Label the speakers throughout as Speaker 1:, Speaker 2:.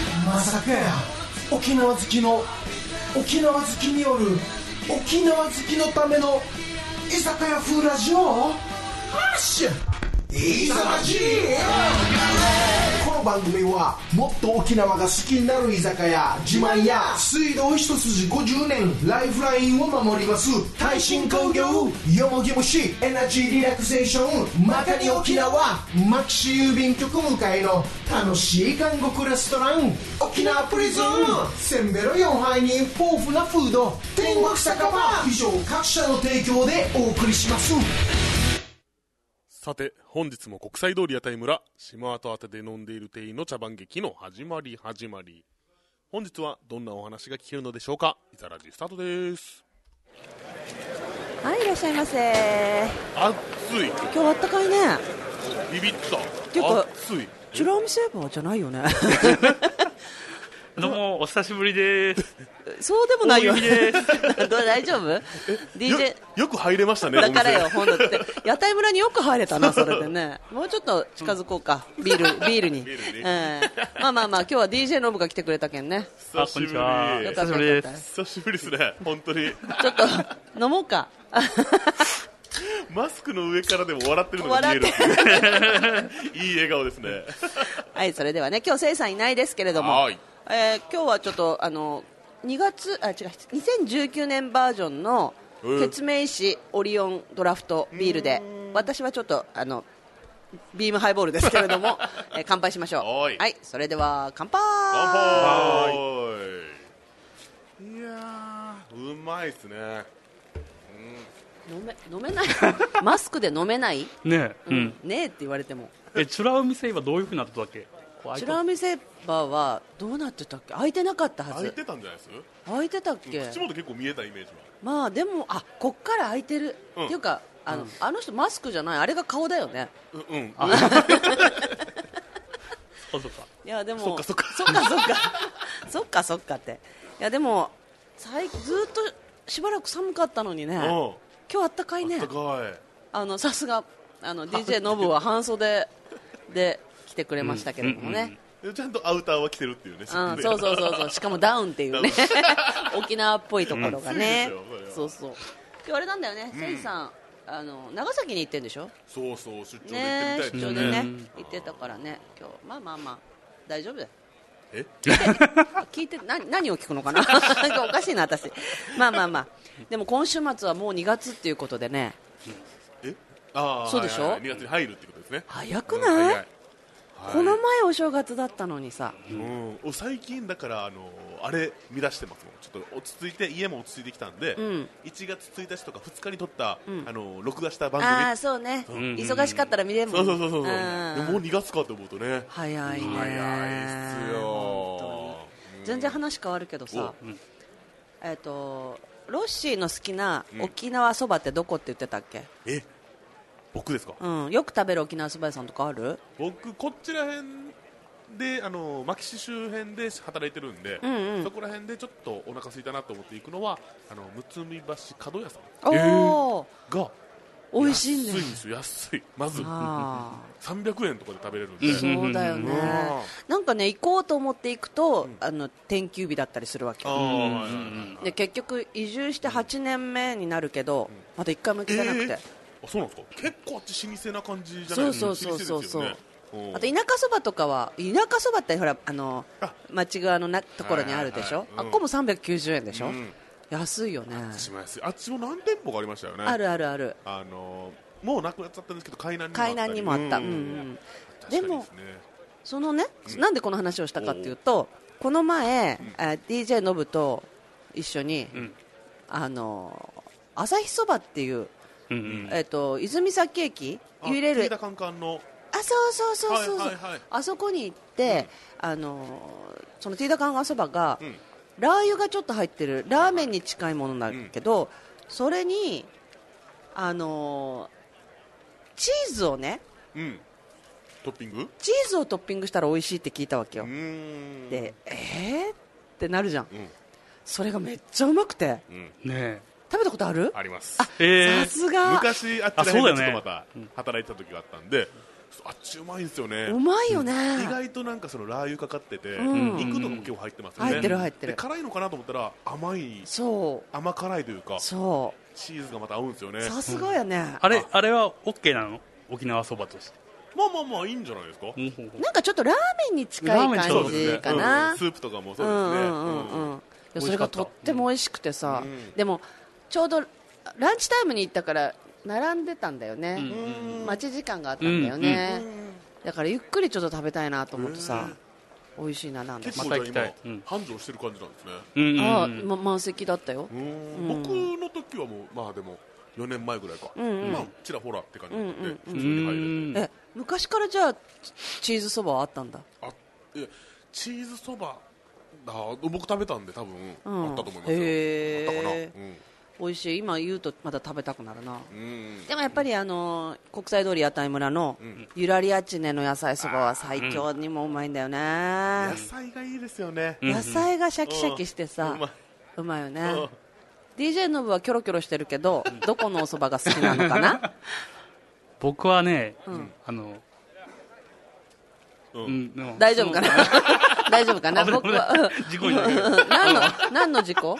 Speaker 1: いやいや沖縄好きの沖縄好きによる沖縄好きのための居酒屋風ラジオハッシュいざまじこの番組はもっと沖縄が好きになる居酒屋自慢や水道一筋50年ライフラインを守ります耐震工業よもぎ虫エナジーリラクゼーションまたに沖縄マキシ郵便局向かいの楽しい韓国レストラン沖縄プリズンせんべろ4杯に豊富なフード天国酒場以上各社の提供でお送りします
Speaker 2: さて、本日も国際通り屋台村、島跡宛てで飲んでいる店員の茶番劇の始まり始まり。本日はどんなお話が聞けるのでしょうかいざラジスタートです。
Speaker 3: はい、いらっしゃいませ。
Speaker 2: 暑い。
Speaker 3: 今日あったかいね。
Speaker 2: ビビった。
Speaker 3: ていうか
Speaker 2: 暑い。
Speaker 3: チュラームシェーバーじゃない よね。
Speaker 4: どうも、お久しぶりです。
Speaker 3: そうでもないよ。
Speaker 4: 大雪で
Speaker 3: どう大丈夫
Speaker 2: よ
Speaker 3: ?DJ。
Speaker 2: よく入れましたね、お
Speaker 3: だ
Speaker 2: 店。
Speaker 3: からよ、ほん とって。屋台村によく入れたな、それでね。もうちょっと近づこうか。ビール、ビールに。
Speaker 2: ールに
Speaker 3: ええまあまあまあ、今日は DJ ノブが来てくれたけんね。
Speaker 2: 久しぶり
Speaker 4: あこんに
Speaker 3: よ
Speaker 4: ちは
Speaker 3: かった
Speaker 4: 久しぶり
Speaker 3: よ
Speaker 4: で
Speaker 3: かっ
Speaker 2: 久しぶりですね、本当に。
Speaker 3: た。ちょっと、飲もうか。
Speaker 2: マスクの上からでも笑ってるのが見
Speaker 3: 笑
Speaker 2: える
Speaker 3: って。
Speaker 2: いい笑顔ですね。
Speaker 3: はい、それではね、今日、せいさんいないですけれども
Speaker 2: はい、
Speaker 3: えー今日はちょっと、あの、2月、あ、違う、2019年バージョンの、
Speaker 2: えー
Speaker 3: 決明石オリオンドラフトビールで、私はちょっと、あの、ビームハイボールですけれど も、えー乾杯しましょう。
Speaker 2: はい
Speaker 3: それでは、乾杯
Speaker 2: 乾杯いやー、うまいっすね。
Speaker 3: 飲め、飲めない マスクで飲めない、
Speaker 4: ねえ、う
Speaker 3: うん
Speaker 4: ん。、
Speaker 3: ねえって言われても。
Speaker 4: え、チュラウミセイはどういう風になったっけこう
Speaker 3: チュラーミセーバーは、どうなってたっけ開いてなかったは
Speaker 2: 開い
Speaker 3: ず。
Speaker 2: てたんじゃないです
Speaker 3: 開いてたっけ
Speaker 2: 口元結構見えたイメージは。
Speaker 3: まあでもあこっから開いてる、
Speaker 2: うん
Speaker 3: っていうかあの,、あの人マスクじゃないあれが顔だよね
Speaker 2: ううん。
Speaker 4: そうそうか。
Speaker 3: いやでも
Speaker 2: そっかそっか
Speaker 3: そっかそっか そっかそっかっていやでも最ずーっとしばらく寒かったのにね
Speaker 2: うん
Speaker 3: 今日あったかいね
Speaker 2: あったかい。
Speaker 3: あのさすがあの DJ ノブは半袖で来てくれましたけれどもね、
Speaker 2: でちゃんとアウターは着てるっていうね。
Speaker 3: うんそうそうそうそうしかもダウンっていうね 沖縄っぽいところがね、
Speaker 2: うんそうですよ
Speaker 3: そうそう今日あれなんだよね、せいさんあの長崎に行ってんでしょ
Speaker 2: そうそう出張で
Speaker 3: ね
Speaker 2: 行ってみたい
Speaker 3: 出張で
Speaker 2: よね
Speaker 4: う
Speaker 3: ね
Speaker 4: ん
Speaker 3: 行ってたからね今日まあまあまあ大丈夫だよ
Speaker 2: え
Speaker 3: あ聞いてな何を聞くのかな なんかおかしいな私まあまあまあでも今週末はもう2月っていうことでね
Speaker 2: えああ
Speaker 3: そうでしょ
Speaker 2: 2月に入るってことですね
Speaker 3: 早くない、この
Speaker 2: 前
Speaker 3: 前お正月だったのにさ
Speaker 2: うん、お最近だからあのあれ見出してますもんちょっと落ち着いて家も落ち着いてきたんで、
Speaker 3: ん
Speaker 2: 1月1日とか2日に撮った、あの録画した番組
Speaker 3: ああそうね忙しかったら見れるも
Speaker 2: そ
Speaker 3: ん
Speaker 2: うそうそうそう、
Speaker 3: ん
Speaker 2: でもう2月かと思うとね
Speaker 3: 早いね
Speaker 2: 早いっすよ
Speaker 3: 本当に全然話変わるけどさ、えっ、とロッシーの好きな沖縄そばってどこって言ってたっけ、
Speaker 2: え僕ですか、
Speaker 3: うん、よく食べる沖縄そば屋さんとかある
Speaker 2: 僕こっちら辺であの牧師周辺で働いてるんで、
Speaker 3: んうん
Speaker 2: そこら辺でちょっとお腹空いたなと思って行くのはあのむつみ橋門屋さん
Speaker 3: おお、
Speaker 2: が
Speaker 3: 美味しいね
Speaker 2: 安いんですよ安いまず
Speaker 3: あ
Speaker 2: 300円とかで食べれるんで、
Speaker 3: あそうだよね、
Speaker 2: うん
Speaker 3: なんかね行こうと思って行くと、あの天休日だったりするわけ
Speaker 2: ああ、はいはいはい
Speaker 3: で結局移住して8年目になるけど、まだ1回も行けてなくて、
Speaker 2: あそうなんですか結構あっち老舗な感じじゃない
Speaker 3: そう
Speaker 2: です
Speaker 3: そ
Speaker 2: か
Speaker 3: うそうそうそう、
Speaker 2: 老
Speaker 3: あと
Speaker 2: 舗ですよね
Speaker 3: 田舎そばとかは田舎そばってほらあの
Speaker 2: あ
Speaker 3: 町側のなところにあるでしょ、
Speaker 2: はいはいはいうん
Speaker 3: あっこも390円でしょ、
Speaker 2: うん
Speaker 3: 安いよね
Speaker 2: うんしますあっちも何店舗かありましたよね
Speaker 3: あるあるある
Speaker 2: あのーもうなくなっちゃったんですけど海南にもあったり
Speaker 3: 海南にもあった、
Speaker 2: う
Speaker 3: うんんうん
Speaker 2: 確か
Speaker 3: で
Speaker 2: に
Speaker 3: も
Speaker 2: すね
Speaker 3: そのね、なんでこの話をしたかっていうとこの前、えー DJ のぶと一緒に、あのー朝日そばっていう、
Speaker 4: うんうん。
Speaker 3: えっと泉崎駅
Speaker 2: あ
Speaker 3: 揺れ
Speaker 2: 飯
Speaker 3: る
Speaker 2: 田カンカンの
Speaker 3: あそうそうそうそうそう、
Speaker 2: はいはいはい
Speaker 3: あそこに行って、あのーそのティーダカンガそばが、
Speaker 2: うん
Speaker 3: ラー油がちょっと入ってるラーメンに近いものなんだけど、それにあのーチーズをね
Speaker 2: うんトッピング
Speaker 3: チーズをトッピングしたら美味しいって聞いたわけよ、
Speaker 2: うーん
Speaker 3: でえーってなるじゃん、
Speaker 2: ん
Speaker 3: それがめっちゃうまくて
Speaker 2: うん
Speaker 4: ね
Speaker 3: 食べたことある
Speaker 2: あります
Speaker 4: え。
Speaker 3: さ
Speaker 4: えー、
Speaker 3: すが
Speaker 2: 昔あっちら辺
Speaker 4: あそ
Speaker 2: でちょ
Speaker 4: うだ
Speaker 2: っ
Speaker 4: よ
Speaker 2: と
Speaker 4: ね
Speaker 2: また働いてた時があったんであっちうまいんですよね
Speaker 3: うまいよね、
Speaker 2: 意外となんかそのラー油かかってて、
Speaker 3: うん
Speaker 2: 肉とかも結構入ってますよね
Speaker 3: 入ってる入ってる
Speaker 2: で辛いのかなと思ったら甘い
Speaker 3: そう
Speaker 2: 甘辛いというか
Speaker 3: そ
Speaker 2: チーズがまた合うんですよね
Speaker 3: うさすがやね、
Speaker 4: あれあれは OK なの沖縄そばとして
Speaker 2: まあまあまあいいんじゃないですか、
Speaker 4: ほうほうほう
Speaker 3: なんかちょっとラーメンに近い感
Speaker 2: そうです
Speaker 3: じ
Speaker 2: ね
Speaker 3: かな、
Speaker 2: うんスープとかもそううですね、
Speaker 3: んうんうんうんいやそれがとっても美味しくてさ、
Speaker 2: うん
Speaker 3: でもちょうどランチタイムに行ったから並んでたんだよね、
Speaker 2: うんうん
Speaker 3: 待ち時間があったんだよね、だからゆっくりちょっと食べたいなと思ってさ、美味しいななんだ
Speaker 2: 結
Speaker 3: か、
Speaker 2: 構
Speaker 4: ま
Speaker 2: じゃ
Speaker 4: た
Speaker 2: あ
Speaker 4: 行きたい
Speaker 2: 今、
Speaker 4: うん
Speaker 2: 繁盛してる感じなんですね
Speaker 4: うんうん
Speaker 3: あ
Speaker 4: うん
Speaker 3: ま満席だったよ
Speaker 2: う、ーん
Speaker 3: うん
Speaker 2: 僕の時はもうまあでも4年前ぐらいか、
Speaker 3: んうん
Speaker 2: まあちらほらって感じだったんで、
Speaker 3: うん
Speaker 2: 普通に入れる
Speaker 3: え昔からじゃあチチーズそばはあったんだ
Speaker 2: あいやチーズそばだ僕食べたんで多分、
Speaker 3: ん
Speaker 2: あったと思いますよ
Speaker 3: へー
Speaker 2: あったかな
Speaker 3: 美味しい今言うとまた食べたくなるな
Speaker 2: うん、うん
Speaker 3: でもやっぱりあのー国際通り屋台村のゆらりあちねの野菜そばは最強にもうまいんだよね、
Speaker 2: 野菜がいいですよね、
Speaker 3: 野菜がシャキシャキして
Speaker 2: う
Speaker 3: さ
Speaker 2: んうまいう
Speaker 3: まいよね DJ のぶはキョロキョロしてるけどどこのおそばが好きなのか な
Speaker 4: 僕はね、あの、
Speaker 2: うん
Speaker 4: んでも
Speaker 3: 大丈夫かな 大丈夫かな
Speaker 4: 危ない
Speaker 3: 僕はうん
Speaker 4: 危ない事故になる
Speaker 3: うん 何の何の事故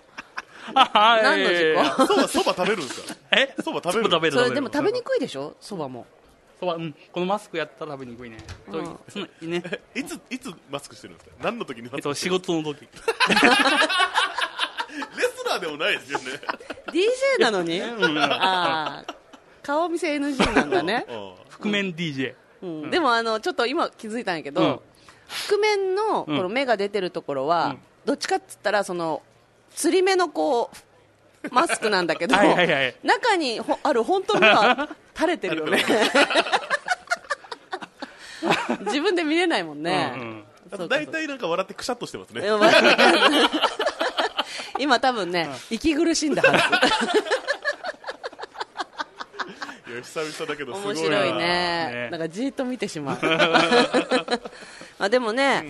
Speaker 4: あはい
Speaker 3: 何の事故
Speaker 2: そばそば食べるんですか
Speaker 4: え
Speaker 2: そば食べる
Speaker 4: そば食べる
Speaker 3: それでも食べに
Speaker 4: い
Speaker 3: くいでしょそばも
Speaker 4: そばうんこのマスクやったら食べにくいねと
Speaker 3: うん
Speaker 4: そのね
Speaker 2: いついつマスクしてるんですか何の時にマ
Speaker 4: え
Speaker 2: スク
Speaker 4: っと
Speaker 2: して
Speaker 4: 仕
Speaker 2: るんで
Speaker 4: 事の 時
Speaker 2: すかレスラーでもないですよね
Speaker 3: DJ なのにああ顔見せ NG なんだね
Speaker 2: う
Speaker 4: 覆面 DJ
Speaker 3: うんでもあのちょっと今気づいたんやけど、
Speaker 4: うん
Speaker 3: 覆面のこの目が出てるところは、どっちかっつったらその釣り目のこうマスクなんだけど
Speaker 4: はいはいはい
Speaker 3: 中にほある本当に は垂れてるよね自分で見れないもんね、
Speaker 4: うんうん
Speaker 2: んあ
Speaker 3: そ
Speaker 2: と
Speaker 3: うかそう
Speaker 2: 大体なんか笑ってくしゃっとしてます
Speaker 3: い
Speaker 2: ね
Speaker 3: や わかんない今多分ね、息苦しんだはず
Speaker 2: いや久々だけどすご
Speaker 3: 面
Speaker 2: いな
Speaker 3: 白いね
Speaker 4: ね
Speaker 3: なんかじーっと見てしまうまあでもね、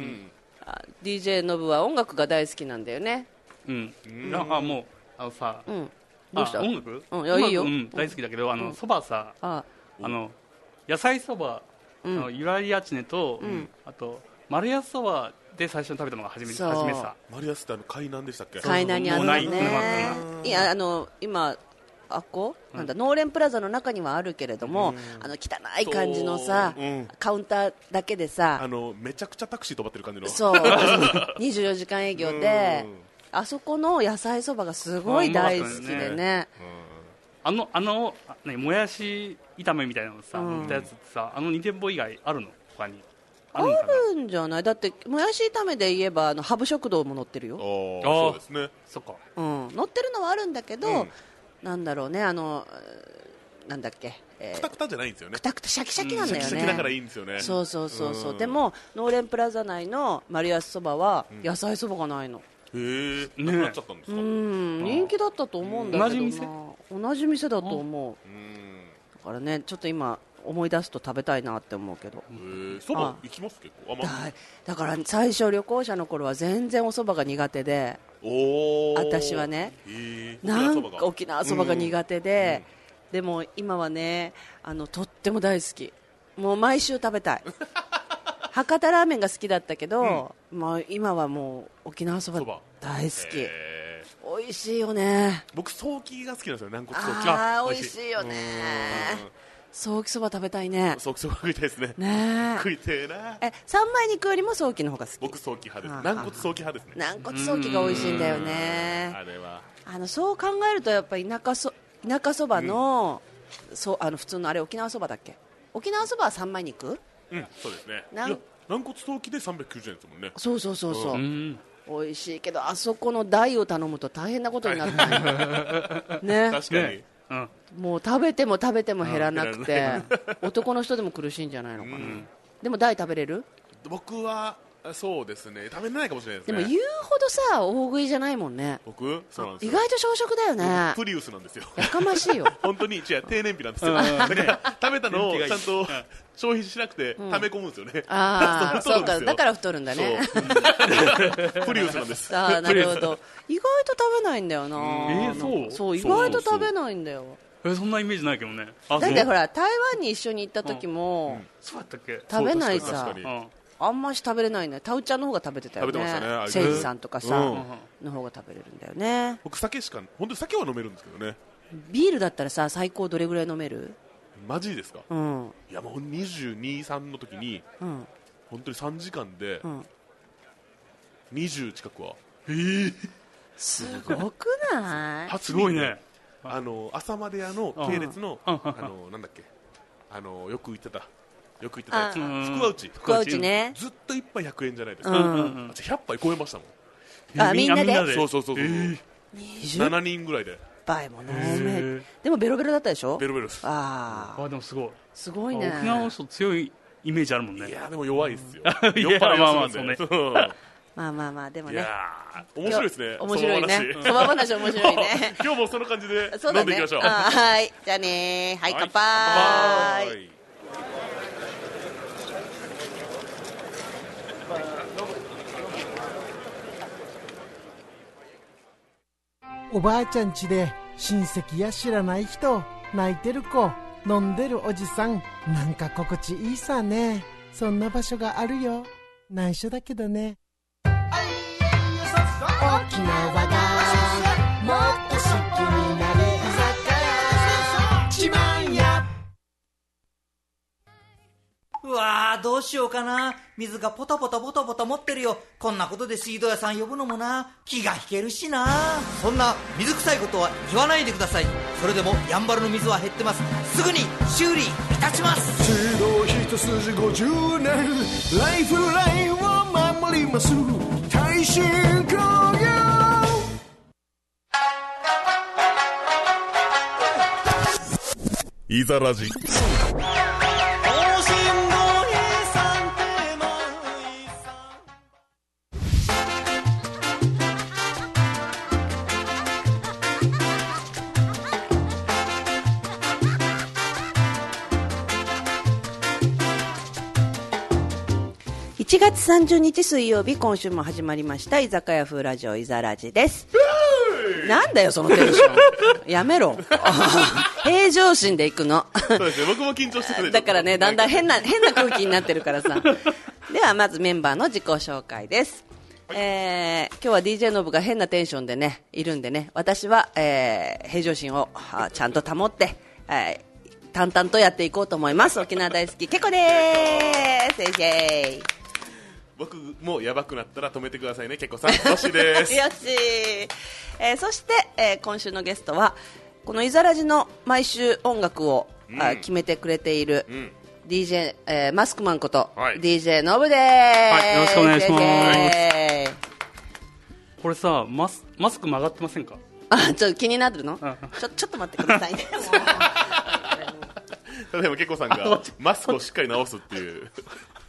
Speaker 3: あ DJ のぶは音楽が大好きなんだよね
Speaker 4: うんああもうあのさ
Speaker 3: うんどうし
Speaker 4: あ
Speaker 3: た
Speaker 4: 音楽
Speaker 3: うんいやいいよ
Speaker 4: 音楽うん大好きだけどあのそばさ
Speaker 3: あ
Speaker 4: あの野菜そばあのゆらりあちねとあと丸安そばで最初に食べたのが初め
Speaker 3: そう
Speaker 4: 初めさ
Speaker 2: マリアスってあの海南でしたっけ
Speaker 3: 海南にある
Speaker 4: もう
Speaker 3: の
Speaker 4: ないなか
Speaker 3: ね
Speaker 4: っ
Speaker 3: いやあの今あっこなんだ農連プラザの中にはあるけれども、あの汚い感じのさ、
Speaker 2: そううん
Speaker 3: カウンターだけで
Speaker 2: あ
Speaker 3: さ
Speaker 2: のめちゃくちゃタクシー止まってる感じの
Speaker 3: そう24時間営業で
Speaker 2: うん
Speaker 3: あそこの野菜そばがすごい大好き
Speaker 4: あ
Speaker 3: で
Speaker 4: うま
Speaker 3: ね
Speaker 4: あのあのあ何もやし炒めみたいなのさ
Speaker 3: うん
Speaker 4: 乗ったやつってさあの2店舗以外あるの他に
Speaker 3: あ
Speaker 4: のかな
Speaker 3: るんじゃないだってもやし炒めで言えばあのハブ食堂も載ってるよ、
Speaker 2: おー
Speaker 4: あー
Speaker 2: そうですね
Speaker 4: そっか
Speaker 3: うん、載ってるのはあるんだけど、
Speaker 2: うん
Speaker 3: なんだろうねあのえーなんだっけ、えー
Speaker 2: くたくたじゃないんですよね
Speaker 3: くたくたシャキシャキなん
Speaker 2: シ
Speaker 3: だ
Speaker 2: ャ
Speaker 3: よ
Speaker 2: キ
Speaker 3: ね、
Speaker 2: シャキだからいいんですよね
Speaker 3: そうそうそうそう、
Speaker 2: ん
Speaker 3: でも農連プラザ内の丸安そばは野菜そばがないの
Speaker 2: へえ
Speaker 4: ね
Speaker 2: なくなっちゃったんですか
Speaker 3: う
Speaker 2: うん
Speaker 3: ん人気だったと思うんだけどな
Speaker 4: 同じ店
Speaker 3: 同じ店だと思うだからねちょっと今思い出すと食べたいなって思うけど
Speaker 2: へえそば行きます結構あま
Speaker 3: だだから最初旅行者の頃は全然おそばが苦手で
Speaker 2: おお
Speaker 3: 私はね
Speaker 2: へえ
Speaker 3: なんか
Speaker 2: 沖
Speaker 3: 沖縄そばが苦手で、でも今はねあのとっても大好きもう毎週食べ たい博多ラーメンが好きだったけど、まあ、今はもう沖縄そば
Speaker 2: そば
Speaker 3: 大好き、
Speaker 2: へー
Speaker 3: 美味しいよね
Speaker 2: 僕ソーキが好きなんですよ軟骨ソーキ
Speaker 3: ああ
Speaker 4: 美
Speaker 3: 美
Speaker 4: 味
Speaker 3: 味
Speaker 4: しい
Speaker 3: しいよね
Speaker 2: うん
Speaker 3: ソーキそば食べたいね
Speaker 2: ソーキそば食いたいですね
Speaker 3: ね
Speaker 2: 食いてえな
Speaker 3: ええ三枚肉よりもソーキの方が好き
Speaker 2: 僕ソーキ派
Speaker 3: あ
Speaker 2: で
Speaker 3: ー
Speaker 2: す軟骨ソーキ派ですね
Speaker 3: 軟骨ソーキが美味しいんだよね
Speaker 2: あれは
Speaker 3: あのそう考えるとやっぱ田舎そ田舎そばの,、そうあの普通のあれ沖縄そばだっけ沖縄そばは三枚肉
Speaker 2: うんそうですね
Speaker 3: なん
Speaker 2: いや軟骨ソーキで390円ですもんね
Speaker 3: そうそうそうそう、
Speaker 4: うん
Speaker 3: 美味しいけどあそこの台を頼むと大変なことになるね
Speaker 2: 確かに
Speaker 4: うん
Speaker 3: もう食べても食べても減らなく
Speaker 2: うん減
Speaker 3: て 男の人でも苦しいんじゃないのかな、でも台食べれる
Speaker 2: 僕はそうですね食べれないかもしれないです
Speaker 3: で
Speaker 2: ね
Speaker 3: も言うほどさ大食いじゃないもんね
Speaker 2: 僕そうなんです
Speaker 3: 意
Speaker 2: よ
Speaker 3: 外と小食だよね
Speaker 2: プリウスなんですよ
Speaker 3: やかましいよ
Speaker 2: 本当に違う低燃費なんですよ だから食べたのをちゃんと消費しなくて溜め込むんですよね
Speaker 3: ああそうかだからら太るんだね
Speaker 2: プリウスなんです
Speaker 3: ああなるほど意外と食べないんだよな
Speaker 4: えーそう
Speaker 3: そう意外と
Speaker 2: そうそうそう
Speaker 3: 食べないんだよ
Speaker 4: へえそんなイメージないけどねあ
Speaker 3: だってほ
Speaker 4: ら
Speaker 3: ら台湾に一緒に行った時も、
Speaker 4: そうやったっけ
Speaker 3: 食べないさ
Speaker 2: そう確かに確か
Speaker 4: う
Speaker 2: に
Speaker 4: ん
Speaker 3: あんまし食べれないねタウちゃんの方が食べてたよね
Speaker 2: 食べてましたねあれ
Speaker 3: 誠治さんとかさ、
Speaker 4: う
Speaker 3: の方が食べれるんだよね
Speaker 2: 僕酒しか本当に酒は飲めるんですけどね
Speaker 3: ビールだったらさ最高どれぐらい飲める
Speaker 2: マジですか
Speaker 3: うん
Speaker 2: いやもう223の時に
Speaker 3: うん
Speaker 2: 本当に3時間で
Speaker 3: うん
Speaker 2: 20近くは、
Speaker 3: すごくない
Speaker 2: 初
Speaker 4: す
Speaker 2: 便
Speaker 4: ごいね
Speaker 2: あの朝まで屋の系列の、
Speaker 4: うん
Speaker 2: あのなんだっけあのよく行ってたよく行ってたやつ
Speaker 3: あ
Speaker 4: ー
Speaker 2: 福は内
Speaker 4: 福
Speaker 3: コーチね
Speaker 2: ずっと1杯100円じゃないです
Speaker 3: う
Speaker 2: か、
Speaker 3: ん
Speaker 2: あ100杯超えましたもん、
Speaker 3: あみんなで
Speaker 2: そうそうそうそう、
Speaker 3: 20
Speaker 2: 7人ぐらいで
Speaker 3: 杯も飲
Speaker 4: へ
Speaker 3: め
Speaker 4: え
Speaker 3: でもベロベロだったでしょ
Speaker 2: ベロベロです
Speaker 3: ああ
Speaker 4: あでもすごい
Speaker 3: すごいね
Speaker 4: 沖縄の人強いイメージあるもんね
Speaker 2: いやでも弱いっすよ
Speaker 4: いや
Speaker 2: 酔っ払いはするんで
Speaker 4: ま
Speaker 3: まあまあまあでも
Speaker 2: い
Speaker 3: ね
Speaker 2: やー面白いですね
Speaker 3: 面白いね
Speaker 2: そ
Speaker 3: そ
Speaker 2: の
Speaker 3: ば
Speaker 2: 話
Speaker 3: 話面白いね
Speaker 2: 今日もその感じで
Speaker 3: そう
Speaker 2: 飲
Speaker 3: だ
Speaker 2: んでい
Speaker 3: ね
Speaker 2: きましょう、
Speaker 3: あーはいじゃあねーはい乾
Speaker 2: は
Speaker 3: 杯
Speaker 2: い
Speaker 5: おばあちゃん家で親戚や知らない人泣いてる子飲んでるおじさんなんか心地いいさねそんな場所があるよ内緒だけどね沖縄がもっと好きになれ居酒屋自慢や
Speaker 6: うわあどうしようかな水がポタポタポタポタ持ってるよこんなことで水道屋さん呼ぶのもな気が引けるしなそんな水臭いことは言わないでくださいそれでもやんばるの水は減ってますすぐに修理いたします
Speaker 7: 水道一筋50年ライフラインを守ります耐震工業
Speaker 2: いざラジ
Speaker 3: 1月30日水曜日今週も始まりました居酒屋風ラジオいざラジですなんだよそのテンションやめろ平常心で行くの
Speaker 2: そうですね僕も緊張してたで しょ
Speaker 3: だからねだんだん変な変な空気になってるからさではまずメンバーの自己紹介です、えー今日は DJ ノブが変なテンションでねいるんでね私は、えー平常心をあちゃんと保って、えー淡々とやっていこうと思います沖縄大好きけこですイェイイェイ
Speaker 2: 僕もやばくなったら止めてくださいね結構さんよしです
Speaker 3: よし、えーそして、えー今週のゲストはこの「いざらじ」の毎週音楽を、あ決めてくれている、
Speaker 2: ん
Speaker 3: DJ、えーマスクマンこと DJ のぶです、
Speaker 4: いよろしくお願いします
Speaker 3: イエーイ
Speaker 4: これさマスマスク曲がってませんか
Speaker 3: あちょっと気になってるの
Speaker 4: うん
Speaker 3: ちょちょっと待ってくださいねもう
Speaker 2: 例えばけこさんがマスクをしっかり直すっていう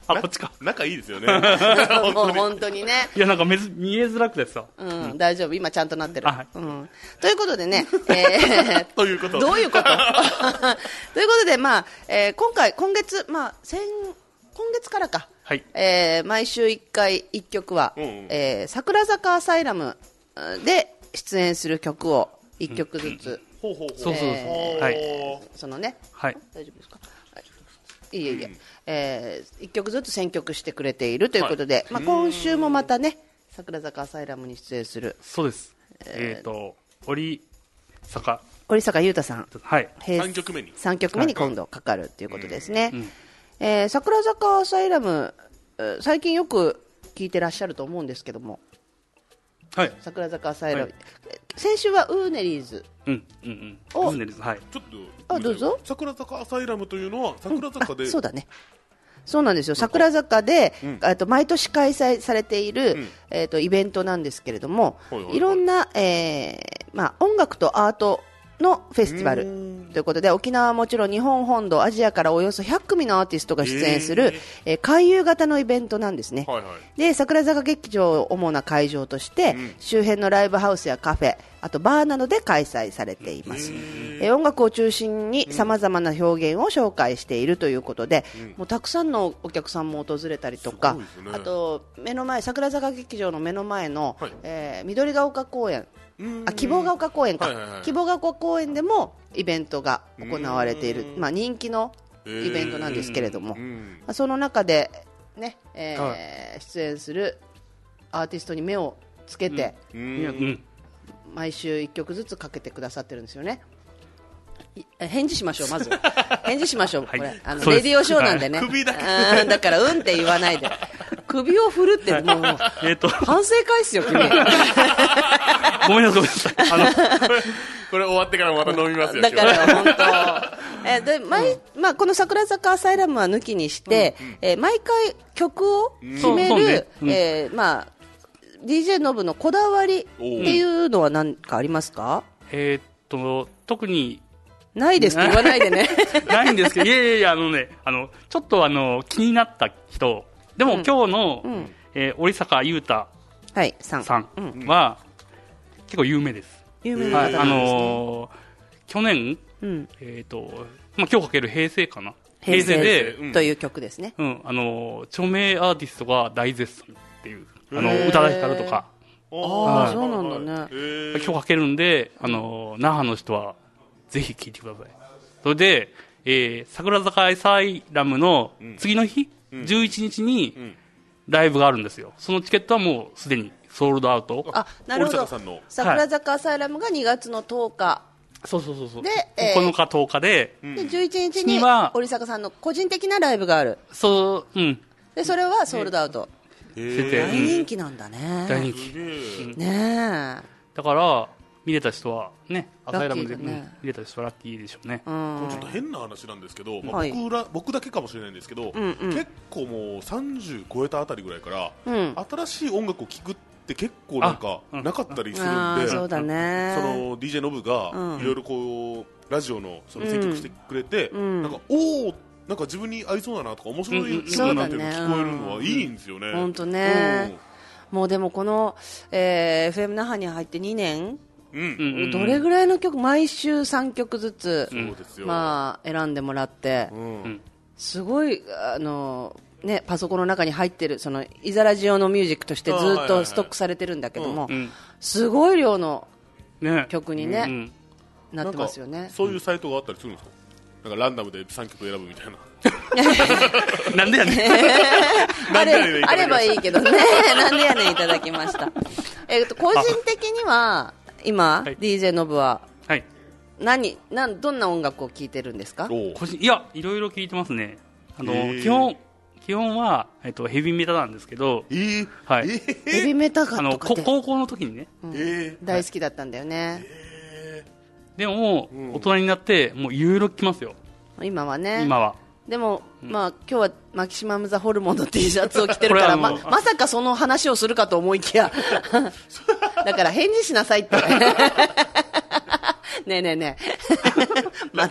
Speaker 4: あこっちか
Speaker 2: 仲いいですよ ね
Speaker 3: もう
Speaker 2: 本当に
Speaker 3: 本当にね
Speaker 4: いやなんかめず見えづらくてさ
Speaker 3: うん、大丈夫、今ちゃんとなってる。
Speaker 4: あはい
Speaker 3: うん、ということでね、えー
Speaker 2: ということ
Speaker 3: どういうことということで、まあえー今回、今月、まあ、先今月からか、
Speaker 4: はい
Speaker 3: えー毎週1回1曲は、
Speaker 2: うんうん
Speaker 3: えー桜坂アサイラムうんで出演する曲を1曲ずつ、
Speaker 2: ほうほうほう
Speaker 4: そうそうそう
Speaker 3: え
Speaker 4: はい
Speaker 2: おー
Speaker 3: そのね、
Speaker 4: はい
Speaker 3: 大丈夫ですか、はい、いえいえ、えー、1曲ずつ選曲してくれているということで、まあ、今週もまたね桜坂アサイラムに出演する
Speaker 4: そうですえっ、と折坂
Speaker 3: 織坂優太さん
Speaker 4: はい
Speaker 3: 平
Speaker 2: 三曲目に
Speaker 3: 三曲目に今度かかるということですね、
Speaker 4: うんうん
Speaker 3: えー桜坂アサイラムえー最近よく聞いてらっしゃると思うんですけども
Speaker 4: はい
Speaker 3: 桜坂アサイラム、
Speaker 4: はい
Speaker 3: えー先週はウーネリーズ
Speaker 4: うんうんうん
Speaker 3: お
Speaker 4: ズネルズはい
Speaker 2: ちょっと
Speaker 3: あどうぞ
Speaker 2: 桜坂アサイラムというのは桜坂で、
Speaker 3: あそうだねそうなんですよ桜坂で、
Speaker 2: ん
Speaker 3: えっと毎年開催されている、
Speaker 2: ん
Speaker 3: えっとイベントなんですけれども、
Speaker 2: はいはいいはい
Speaker 3: ろんな、えーまあ、音楽とアートのフェスティバルということで沖縄はもちろん日本本土アジアからおよそ100組のアーティストが出演する、えー回遊型のイベントなんですね、
Speaker 2: はいはい
Speaker 3: で桜坂劇場を主な会場として、周辺のライブハウスやカフェあとバーなどで開催されています、えー音楽を中心にさまざまな表現を紹介しているということで、もうたくさんのお客さんも訪れたりとか、
Speaker 2: すごいですね
Speaker 3: あと目の前桜坂劇場の目の前の、
Speaker 2: はい
Speaker 3: えー緑が丘公園あ希望が丘公園か、
Speaker 2: はいはいはい
Speaker 3: 希望が丘公園でもイベントが行われている
Speaker 2: う、ん
Speaker 3: まあ、人気のイベントなんですけれども、
Speaker 2: うんうん
Speaker 3: まあその中で、ねえー出演するアーティストに目をつけて、
Speaker 2: うん
Speaker 4: いやうん
Speaker 3: 毎週1曲ずつかけてくださってるんですよね。いえ返事しましょう、 まず返事しましょう、
Speaker 4: はい
Speaker 3: これあの
Speaker 4: そう
Speaker 3: レ
Speaker 4: です
Speaker 3: ディオショーなんでね、
Speaker 4: はい首だけ
Speaker 3: うんだからうんって言わないで、首を振るって、もう
Speaker 4: えっと
Speaker 3: 反省会っすよ、君。
Speaker 4: ごめんなさいごめんなさいあの
Speaker 2: これ終わってからまた飲みますよ
Speaker 3: だか
Speaker 2: 今日
Speaker 3: ら本 当。えで毎まあ、この桜坂アサイラムは抜きにして、えー毎回曲を決め
Speaker 4: そうそうね
Speaker 3: る、
Speaker 4: うん
Speaker 3: えーまあ、DJ ノブのこだわりっていうのは何かありますか
Speaker 4: えーっと特に
Speaker 3: ないですって言わないでね。
Speaker 4: ないんです けど、いやいやいや、あのね、あの、ちょっとあの、気になった人、でも今日の、
Speaker 3: ん
Speaker 4: えー、折坂優太
Speaker 3: はい、さん。
Speaker 4: さん
Speaker 3: うん
Speaker 4: は、結構有名です。
Speaker 3: 有名な
Speaker 4: は
Speaker 3: 方なん
Speaker 4: い、
Speaker 3: です、ね
Speaker 4: あのー去年、
Speaker 3: うん
Speaker 4: えっ、と、まあ、今日かける平成かな。
Speaker 3: 平
Speaker 4: 平
Speaker 3: 成
Speaker 4: 成で、
Speaker 2: うん
Speaker 3: という曲ですね。
Speaker 4: うん、あのー著名アーティストが大絶賛っていう、あの
Speaker 3: へー
Speaker 4: 宇多田ヒカルとか、
Speaker 3: ああ、
Speaker 4: はい
Speaker 3: そうなんだね。
Speaker 2: へ
Speaker 4: 今日かけるんで、あのー那覇の人は、ぜひ聴いてください。それで、えー桜坂アサイラムの次の日、11日に
Speaker 2: ん、
Speaker 4: ライブがあるんですよ。そのチケットはもうすでにソールドアウト。
Speaker 3: あ、なるほ
Speaker 2: 折坂
Speaker 3: ど
Speaker 2: さんの。
Speaker 3: 桜坂アサイラムが2月の10日。
Speaker 4: そうそうそうそう。
Speaker 3: で
Speaker 4: 9
Speaker 3: えー
Speaker 4: 日、10日で、
Speaker 3: で、11日に
Speaker 4: には、
Speaker 3: 折坂さんの個人的なライブがある。
Speaker 4: そう、うん、
Speaker 3: で、それはソールドアウト。
Speaker 4: してて、
Speaker 3: 大人気なんだね。
Speaker 4: 大人気。
Speaker 3: ね
Speaker 4: だから、見れた人は、ね、アサイラムで、
Speaker 3: ラッキーだね
Speaker 4: うん見れた人はラッキーでしょうね。
Speaker 3: え。うん
Speaker 2: ちょっと変な話なんですけど、まあ
Speaker 3: はい
Speaker 2: 僕ら僕だけかもしれないんですけど、
Speaker 3: んうん
Speaker 2: 結構もう30超えたあたりぐらいから、
Speaker 3: うん
Speaker 2: 新しい音楽を聴くって結構なんか
Speaker 4: あうん
Speaker 2: なかったりするん
Speaker 3: あ
Speaker 2: で、
Speaker 3: あ、そうだね。
Speaker 2: その DJ ノブ
Speaker 3: う
Speaker 2: が
Speaker 3: ん
Speaker 2: いろいろこうラジオのその選曲してくれて、
Speaker 3: ん
Speaker 2: なんかおおなんか自分に合いそうだなとか面白い曲だなっていうのが聞こえるのはいいんですよね。
Speaker 3: 本当ね。もうでもこの、えー FM 那覇に入って2年、
Speaker 2: うん、うん
Speaker 4: うんうん
Speaker 3: どれぐらいの曲、毎週3曲ずつ、
Speaker 2: そうですよ。
Speaker 3: まあ、選んでもらって、
Speaker 2: うん
Speaker 3: すごい、あの、ね、パソコンの中に入ってる、その、イザラジオのミュージックとして
Speaker 2: あー
Speaker 3: ず
Speaker 2: は
Speaker 3: っ
Speaker 2: いはいは
Speaker 3: と
Speaker 2: い
Speaker 3: ストックされてるんだけども
Speaker 4: う、ん。
Speaker 3: すごい量の
Speaker 4: ね。
Speaker 3: 曲に
Speaker 4: う
Speaker 3: ね、
Speaker 4: ん。
Speaker 3: なってますよね。
Speaker 2: そういうサイトがあったりするんですか、なんかランダムで3曲選ぶみたいな。
Speaker 4: な んでやねん。
Speaker 3: あ
Speaker 2: なんでやね
Speaker 3: れ
Speaker 2: ん
Speaker 3: あればいいけどね、 なんでやねんいただきました。えっと、個人的には、今、
Speaker 4: はい
Speaker 3: DJ ノブは、
Speaker 4: はい。
Speaker 3: 何、なん、どんな音楽を聴いてるんですか
Speaker 2: おう
Speaker 4: 個人いやいろいろ聞いてますねあの、
Speaker 2: へー
Speaker 4: 基本基本は、えっと、ヘビメタなんですけど、
Speaker 2: えー、
Speaker 4: はい
Speaker 3: ヘビメタ
Speaker 4: あ
Speaker 3: か
Speaker 4: の
Speaker 3: とかっ
Speaker 4: こ
Speaker 3: て
Speaker 4: 高校の時にね
Speaker 2: え
Speaker 3: 大好きだったんだよね。
Speaker 4: でも、大人になってもういろいろ来ますよ
Speaker 3: 今はね。
Speaker 4: 今は
Speaker 3: でも、まあ、今日はマキシマム・ザ・ホルモンの T シャツを着てるから、
Speaker 4: これ
Speaker 3: ま
Speaker 4: あの
Speaker 3: まさかその話をするかと思い きや、だから返事しなさいって。ねえねえ ねえ。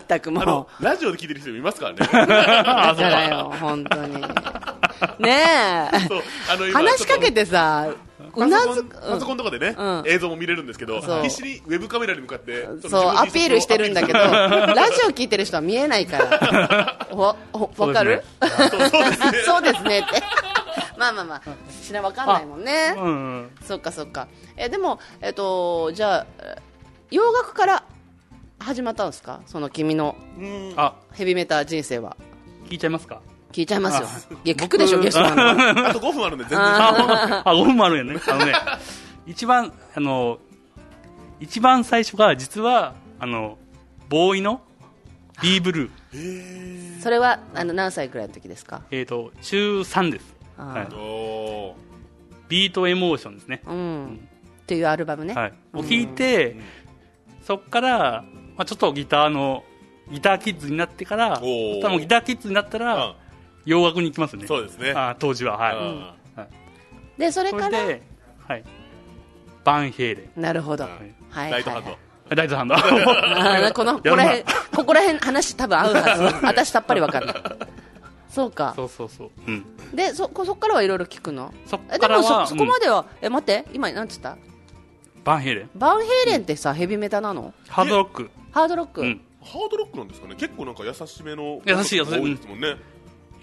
Speaker 3: 全く
Speaker 2: ー、あの
Speaker 3: も
Speaker 2: ラジオで聞いてる人もいますからね。
Speaker 3: う。だからよ、本当に。ね
Speaker 2: そうあの
Speaker 3: え。
Speaker 2: 今
Speaker 3: 話しかけてさ、うなずく
Speaker 2: パソコンパソコンとかでね、
Speaker 3: うん
Speaker 2: 映像も見れるんですけど
Speaker 3: そう
Speaker 2: 必死にウェブカメラに向かって
Speaker 3: うんそう、アピールしてるんだけ ど、ラジオ聞いてる人は見えないから。わ、わかる
Speaker 2: そうですね
Speaker 3: そうですねって。まあまあまあ、しなわかんないもんね。
Speaker 4: うんうん
Speaker 3: そっかそっか。えでもえっとじゃあえ洋楽から始まったんですか。その君の
Speaker 4: あ
Speaker 3: ヘビメタ人生は
Speaker 4: 聞いちゃいますか
Speaker 3: 聞いちゃいますよ。いや聞くでしょゲストなの。
Speaker 2: あと5分あるんで全然
Speaker 4: ああゴルフもあるよねあのね一番あの一番最初が実はあのボーイのビーブルー
Speaker 3: それはあの何歳くらいの時ですか。
Speaker 4: えっ、と中3です、
Speaker 3: あー
Speaker 4: はい、
Speaker 2: おー
Speaker 4: ビートエモーションですね
Speaker 3: うん。っていうアルバムね。
Speaker 4: はい、を聞いて、そこから、まあ、ちょっとギターのギターキッズになってから
Speaker 2: おー
Speaker 4: そしたらもうギターキッズになったら、
Speaker 2: うん
Speaker 4: 洋楽に行きますね
Speaker 2: そうですね
Speaker 4: あー当時ははい、
Speaker 2: あ
Speaker 3: でそれ
Speaker 4: そ
Speaker 3: か
Speaker 4: れ
Speaker 3: ら
Speaker 4: で、はい、バンヘイレン
Speaker 3: なるほど。は
Speaker 2: ん
Speaker 3: い
Speaker 2: ー
Speaker 3: は
Speaker 2: ラ
Speaker 3: い
Speaker 2: イトハ
Speaker 3: は
Speaker 2: ンド
Speaker 3: い。
Speaker 4: ライトハンド
Speaker 3: あーこのこ
Speaker 4: や
Speaker 3: こ
Speaker 4: るな
Speaker 3: ら辺ここら辺話多分合うはず。私さっぱりわかんない。そうか。
Speaker 4: そうそうそう、うん、
Speaker 3: でそこそこからはいろいろ聞くの
Speaker 4: そっ
Speaker 3: え
Speaker 4: からは
Speaker 3: でもそそこ
Speaker 4: うん
Speaker 3: までは、え待って今なんつった
Speaker 4: バンヘイレン
Speaker 3: バンヘイレンってさヘビメタなの
Speaker 4: ハードロック、
Speaker 3: ハードロック、
Speaker 4: うん、
Speaker 2: ハードロックなんですかね結構なんか優しめの
Speaker 4: 優しい優しい
Speaker 2: 多いですもんね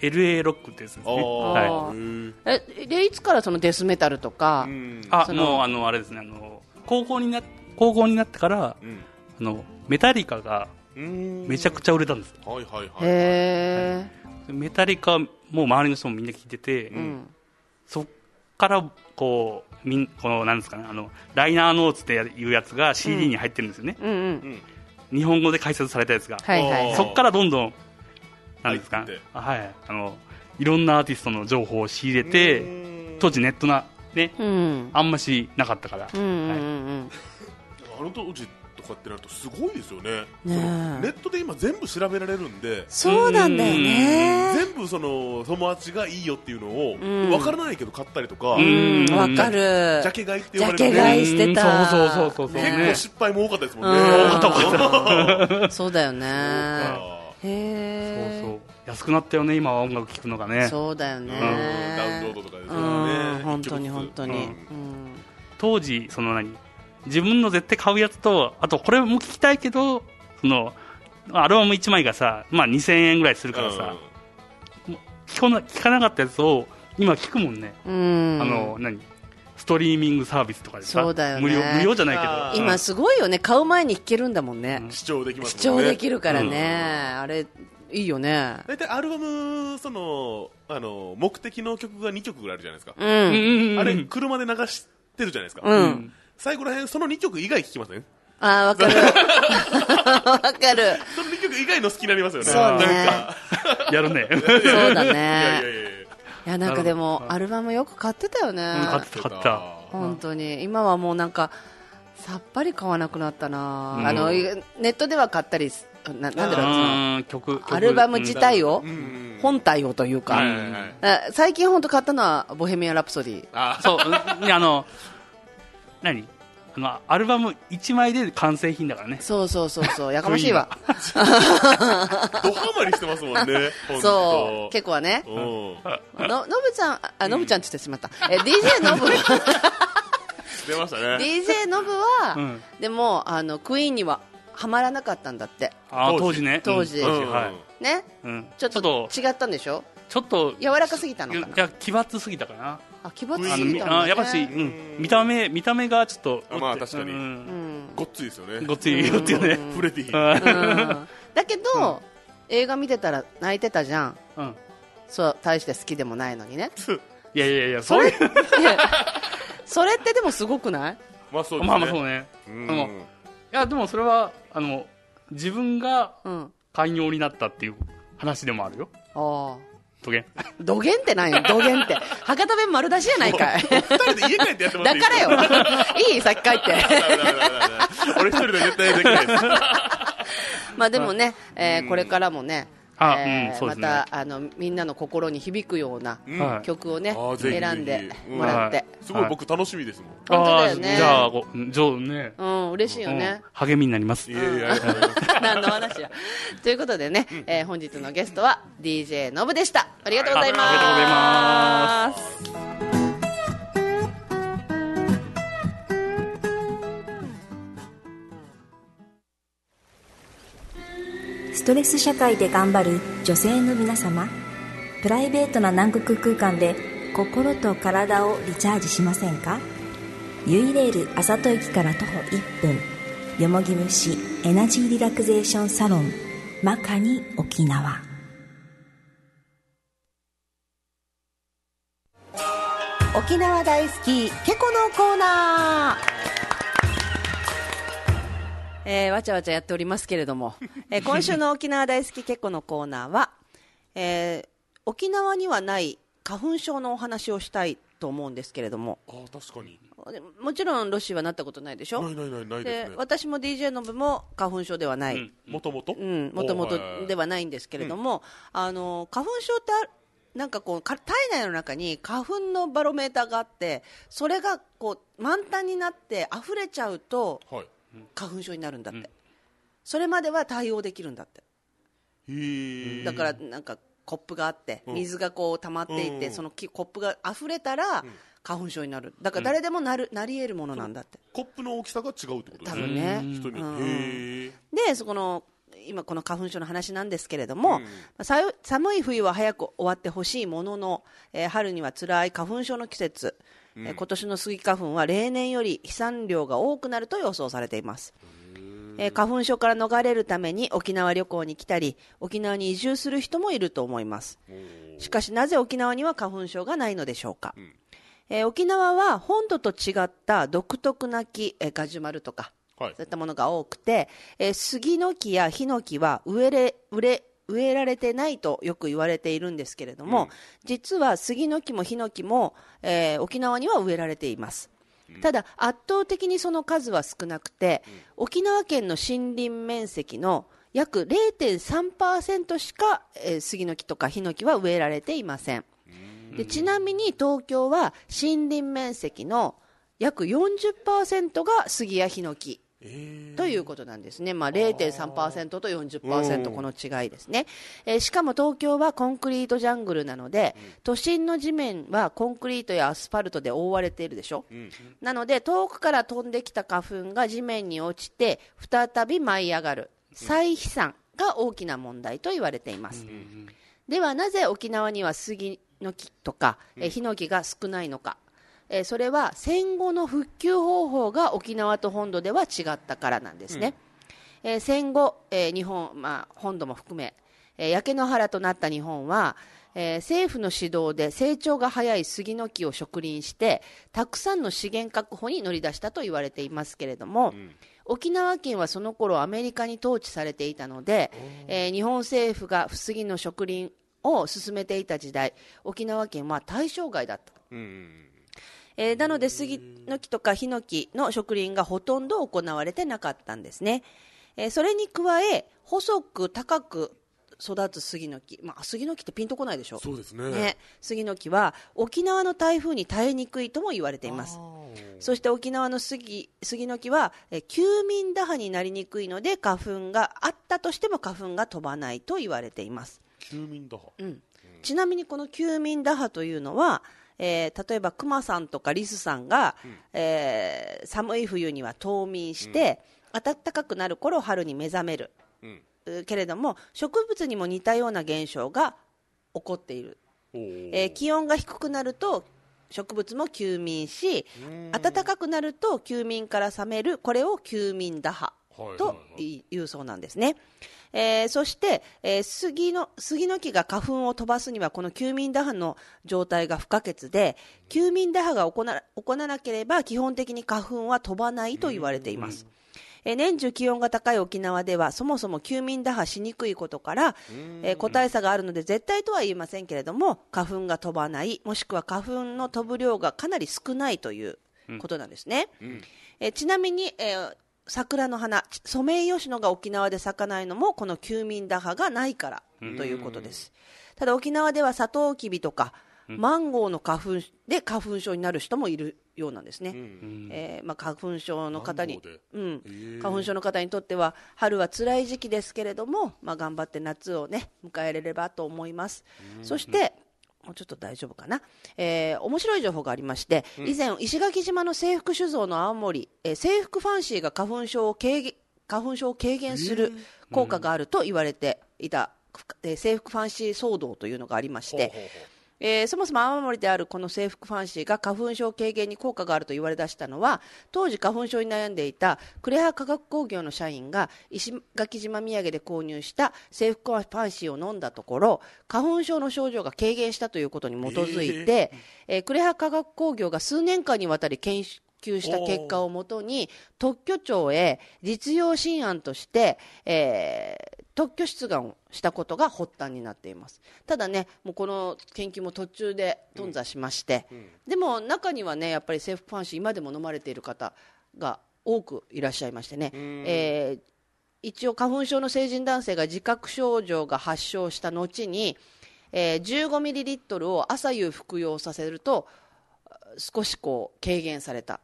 Speaker 4: LA ロックってやつです
Speaker 2: あ
Speaker 4: ね
Speaker 2: ー
Speaker 4: は
Speaker 2: へえ
Speaker 3: えでいつからそのデスメタルとか、
Speaker 2: うん
Speaker 4: あ
Speaker 3: その
Speaker 4: もうあのあれですねあの高校にな高校になってから
Speaker 2: うん
Speaker 4: あのメタリカが
Speaker 2: うん
Speaker 4: めちゃくちゃ売れたんです、
Speaker 2: はいはいはい
Speaker 3: へ
Speaker 4: メタリカもう周りの人もみんな聞いてて、
Speaker 3: え、うん
Speaker 4: そっからこうみんこのなんですかねあのライナーノーツっていうやつが CD に入ってるんですよね、
Speaker 3: うんうん
Speaker 4: 日本語で解説されたやつが、
Speaker 3: はいはいはい
Speaker 4: そっからどんどんなんですか
Speaker 2: 入って
Speaker 4: あはいあのいろんなアーティストの情報を仕入れて
Speaker 2: うん
Speaker 4: 当時ネットなね
Speaker 3: うん
Speaker 4: あんましなかったから、
Speaker 3: うんうんうん
Speaker 2: あの当時とかってなるとすごいですよね
Speaker 3: ねえ
Speaker 2: ネットで今全部調べられるんで
Speaker 3: そうなんだよね
Speaker 2: 全部その友達がいいよっていうのを
Speaker 3: ん
Speaker 2: 分からないけど買ったりとか
Speaker 4: う
Speaker 2: ジ
Speaker 4: ん
Speaker 3: わかる
Speaker 2: ャケ買いって呼
Speaker 3: ジ
Speaker 2: ば
Speaker 3: ャ
Speaker 2: れ
Speaker 3: ケ
Speaker 2: る
Speaker 3: 買
Speaker 2: ね
Speaker 3: いしてた
Speaker 4: うんそうそうそうそうそう
Speaker 2: 結
Speaker 4: ね
Speaker 2: 構失敗も多かったですもんね
Speaker 3: うん
Speaker 2: 多かった多かった
Speaker 3: そうだよね
Speaker 2: あ
Speaker 3: へえ
Speaker 4: そうそう安くなったよね今は音楽聴くのがね
Speaker 3: そうだよね
Speaker 2: ーうんダウンロードとかですよ
Speaker 3: うん
Speaker 2: ね
Speaker 3: 本当に本当に、
Speaker 2: う
Speaker 3: うんん
Speaker 4: 当時その何自分の絶対買うやつとあとこれも聞きたいけどそのアルバム1枚がさ、まあ、2000円ぐらいするからさ、聞こな聞かなかったやつを今聞くもんね、
Speaker 3: うん
Speaker 4: あの何ストリーミングサービスとかでさ
Speaker 3: そうだよね
Speaker 4: 無料無料じゃないけど
Speaker 3: 今すごいよね買う前に弾けるんだもんね、
Speaker 4: うん
Speaker 2: 視聴できま
Speaker 3: 視
Speaker 2: すもん
Speaker 3: 聴
Speaker 2: ね
Speaker 3: できるからね、
Speaker 2: うん
Speaker 3: あれいいよね
Speaker 2: 大体アルバムそのあの目的の曲が2曲ぐらいあるじゃないですか
Speaker 3: う
Speaker 4: うん
Speaker 3: ん
Speaker 4: うんうん
Speaker 2: あれ車で流してるじゃないですか
Speaker 3: うん、
Speaker 2: 最後らへんその2曲以外聴きません
Speaker 3: ああわかる わかる
Speaker 2: その2曲以外の好きになりますよね
Speaker 3: そうね
Speaker 2: なんか
Speaker 4: やるね
Speaker 3: そうだ
Speaker 2: いやいや
Speaker 3: ね
Speaker 2: いやいや
Speaker 3: いやなんかでもアルバムよく買ってたよね
Speaker 4: 買ってた買った
Speaker 3: 本当に今はもうなんかさっぱり買わなくなったな、
Speaker 4: うん
Speaker 3: あのネットでは買ったりすななんでだろうその
Speaker 4: うん 曲曲
Speaker 3: アルバム自体を、
Speaker 2: ん
Speaker 3: 本体をというか、
Speaker 2: はいはいはい
Speaker 3: あ最近本当買ったのは「ボヘミアン・ラプソディ」
Speaker 2: あ
Speaker 4: そううんねあの何あのアルバム1枚で完成品だからね
Speaker 3: そうそうそう そうやかましいわ
Speaker 2: ドハマりしてますもんね
Speaker 3: そう結
Speaker 2: 結
Speaker 3: 構はね
Speaker 2: 構
Speaker 3: ののぶちゃんあのぶちゃんって言ってしまった、え DJ のぶ
Speaker 2: 出ましたね
Speaker 3: DJ のぶは、
Speaker 4: うん
Speaker 3: でもあのクイーンにははまらなかったんだって
Speaker 4: あー
Speaker 2: 当
Speaker 4: 当
Speaker 2: 時
Speaker 4: 時ね
Speaker 3: 当時
Speaker 4: うん
Speaker 2: うん
Speaker 4: はい
Speaker 3: ね
Speaker 4: うん
Speaker 3: ちょっ
Speaker 4: ちょ
Speaker 3: と
Speaker 4: っと
Speaker 3: 違ったんでしょ
Speaker 4: ちょっと
Speaker 3: 柔らかすぎたのか
Speaker 4: い
Speaker 3: な
Speaker 4: や奇抜すぎたかな
Speaker 3: あ奇抜
Speaker 4: あ
Speaker 3: す
Speaker 4: の
Speaker 3: ぎたんだ、
Speaker 4: あ
Speaker 3: ね、
Speaker 4: やっぱし、うん、見た目見た目がちょっと
Speaker 2: あまあ確かに
Speaker 4: うん
Speaker 3: うん
Speaker 2: ごっついですよね
Speaker 4: ごっついよっていうね
Speaker 2: フレディ
Speaker 3: うんだけど、映画見てたら泣いてたじゃん
Speaker 4: うん
Speaker 3: そう大して好きでもないのにね
Speaker 4: いやいやいやそういう
Speaker 3: いやそれってでもすごくない
Speaker 2: まあそうですね
Speaker 4: まあまあそうね
Speaker 2: うん
Speaker 4: あのいやでもそれはあの自分が
Speaker 3: うん
Speaker 4: 寛容になったっていう話でもあるよ
Speaker 3: ああ
Speaker 4: とげん
Speaker 3: 土源ってないの土源って博多弁丸出しじゃない かい
Speaker 2: 二人で家帰ってやってもらっ
Speaker 3: だ
Speaker 2: ていい
Speaker 3: からよいい先帰って
Speaker 2: ダメダメダメダメ俺一人で絶対できないです
Speaker 3: まあでもね、えーこれからもね
Speaker 4: あ
Speaker 3: えー
Speaker 4: うんそうですね
Speaker 3: またあのみんなの心に響くような
Speaker 2: うん
Speaker 4: はい
Speaker 3: 曲をね、
Speaker 2: あーぜひぜひ
Speaker 3: 選んでもらって、
Speaker 2: すごい僕楽しみですもん
Speaker 3: 本当だよ
Speaker 4: ー
Speaker 3: ね
Speaker 4: じゃあごじょね
Speaker 3: うん嬉しいよね、
Speaker 4: うん励みになります
Speaker 2: いやいやありがとうございます
Speaker 3: 何の話や。ということでね、えー本日のゲストは DJ のぶでした。ありがとうございます。。
Speaker 4: ありがとうございます
Speaker 8: ストレス社会で頑張る女性の皆様プライベートな南国空間で心と体をリチャージしませんかユイレールあさと駅から徒歩1分よもぎ虫エナジーリラクゼーションサロンマカニ沖縄
Speaker 9: 沖縄大好きケコのコーナー
Speaker 3: えーわちゃわちゃやっておりますけれども、えー今週の沖縄大好き結構のコーナーは、えー沖縄にはない花粉症のお話をしたいと思うんですけれども、
Speaker 2: あー確かに
Speaker 3: もちろんロシーはなったことないでしょ
Speaker 2: ないないないないで
Speaker 3: です
Speaker 2: ね
Speaker 3: 私も DJ の部も花粉症ではない。
Speaker 2: もともと
Speaker 3: うん、もともとではないんですけれども、あの花粉症ってあるなんかこうか体内の中に花粉のバロメーターがあってそれがこう満タンになって溢れちゃうと
Speaker 2: はい
Speaker 3: 花粉症になるんだって、それまでは対応できるんだって
Speaker 2: へえ
Speaker 3: だからなんかコップがあって
Speaker 2: うん
Speaker 3: 水がこう溜まっていて、
Speaker 2: うん
Speaker 3: そのきコップが溢れたら、花粉症になるだから誰でもなる、なり得るものなんだって
Speaker 2: コップの大きさが違うってことで
Speaker 3: 多
Speaker 2: すね
Speaker 3: 分ね、
Speaker 2: 人によって
Speaker 3: うん
Speaker 2: へえ
Speaker 3: でそこの今この花粉症の話なんですけれども、さよ寒い冬は早く終わってほしいものの、えー春には辛い花粉症の季節、えー今年のスギ花粉は例年より飛散量が多くなると予想されています、えー花粉症から逃れるために沖縄旅行に来たり沖縄に移住する人もいると思いますしかしなぜ沖縄には花粉症がないのでしょうか、えー沖縄は本土と違った独特な木、えーガジュマルとか
Speaker 2: はい
Speaker 3: そういったものが多くて、えー杉の木やヒノキは植えれ植え植えられてないとよく言われているんですけれども、実は杉の木もヒノキも、えー沖縄には植えられています。ただ圧倒的にその数は少なくて、沖縄県の森林面積の約0.3%しか、えー杉の木とかヒノキは植えられていません。でちなみに東京は森林面積の約40%が杉やヒノキということなんですね、まあ、0.3%と40%この違いですね、えーしかも東京はコンクリートジャングルなので、都心の地面はコンクリートやアスファルトで覆われているでしょ、なので遠くから飛んできた花粉が地面に落ちて再び舞い上がる再飛散が大きな問題と言われています、ではなぜ沖縄には杉の木とか、えーヒノキが少ないのか、えーそれは戦後の復旧方法が沖縄と本土では違ったからなんですね、えー戦後、えー日本、まあ、本土も含め、えー焼け野原となった日本は、えー政府の指導で成長が早い杉の木を植林してたくさんの資源確保に乗り出したと言われていますけれども、沖縄県はその頃アメリカに統治されていたので、えー日本政府が杉の植林を進めていた時代沖縄県は対象外だった。えーなので杉の木とかヒノキの植林がほとんど行われてなかったんですね、えーそれに加え細く高く育つ杉の木、まあ、杉の木ってピンとこないでしょ
Speaker 2: そうですね
Speaker 3: ね、杉の木は沖縄の台風に耐えにくいとも言われていますそして沖縄の杉杉の木はえー休眠打破になりにくいので花粉があったとしても花粉が飛ばないと言われています
Speaker 2: 休眠だ
Speaker 3: うんちなみにこの休眠打破というのは、えー例えばクマさんとかリスさんが、えー寒い冬には冬眠して、暖かくなる頃春に目覚める、
Speaker 2: ん
Speaker 3: うけれども植物にも似たような現象が起こっている、
Speaker 2: おー
Speaker 3: えー気温が低くなると植物も休眠し暖かくなると休眠から覚めるこれを休眠打破
Speaker 2: はい
Speaker 3: というそうなんですね、えーそして、えー杉の杉の木が花粉を飛ばすにはこの休眠打破の状態が不可欠で休眠打破が行な行わなければ基本的に花粉は飛ばないと言われています、えー年中気温が高い沖縄ではそもそも休眠打破しにくいことから、えー個体差があるので絶対とは言えませんけれども花粉が飛ばないもしくは花粉の飛ぶ量がかなり少ないということなんですね、えーちなみに、えー桜の花ソメイヨシノが沖縄で咲かないのもこの休眠打破がないからということですただ沖縄ではサトウキビとかマンゴーの花粉で花粉症になる人もいるようなんですね、えーまあ、花粉症の方に
Speaker 2: マンゴーで
Speaker 3: うん
Speaker 2: へー、
Speaker 3: 花粉症の方にとっては春は辛い時期ですけれども、まあ、頑張って夏をね迎えれればと思います、そしてもうちょっと大丈夫かな、えー面白い情報がありまして、以前石垣島の制服酒造の青森、えー制服ファンシーが花粉症を軽減花粉症を軽減する効果があると言われていた、えー制服ファンシー騒動というのがありまして、えーそもそも青森であるこの制服ファンシーが花粉症軽減に効果があると言われ出したのは当時花粉症に悩んでいた呉羽化学工業の社員が石垣島土産で購入した制服ファンシーを飲んだところ花粉症の症状が軽減したということに基づいて、えー呉羽化学工業が数年間にわたり研究した結果をもとに特許庁へ実用新案として、えー特許出願をしたことが発端になっていますただねもうこの研究も途中で頓挫しまして、でも中にはねやっぱりセーフパンシー今でも飲まれている方が多くいらっしゃいましてね、えー一応花粉症の成人男性が自覚症状が発症した後に、えー、15ミリリットルを朝夕服用させると少しこう軽減された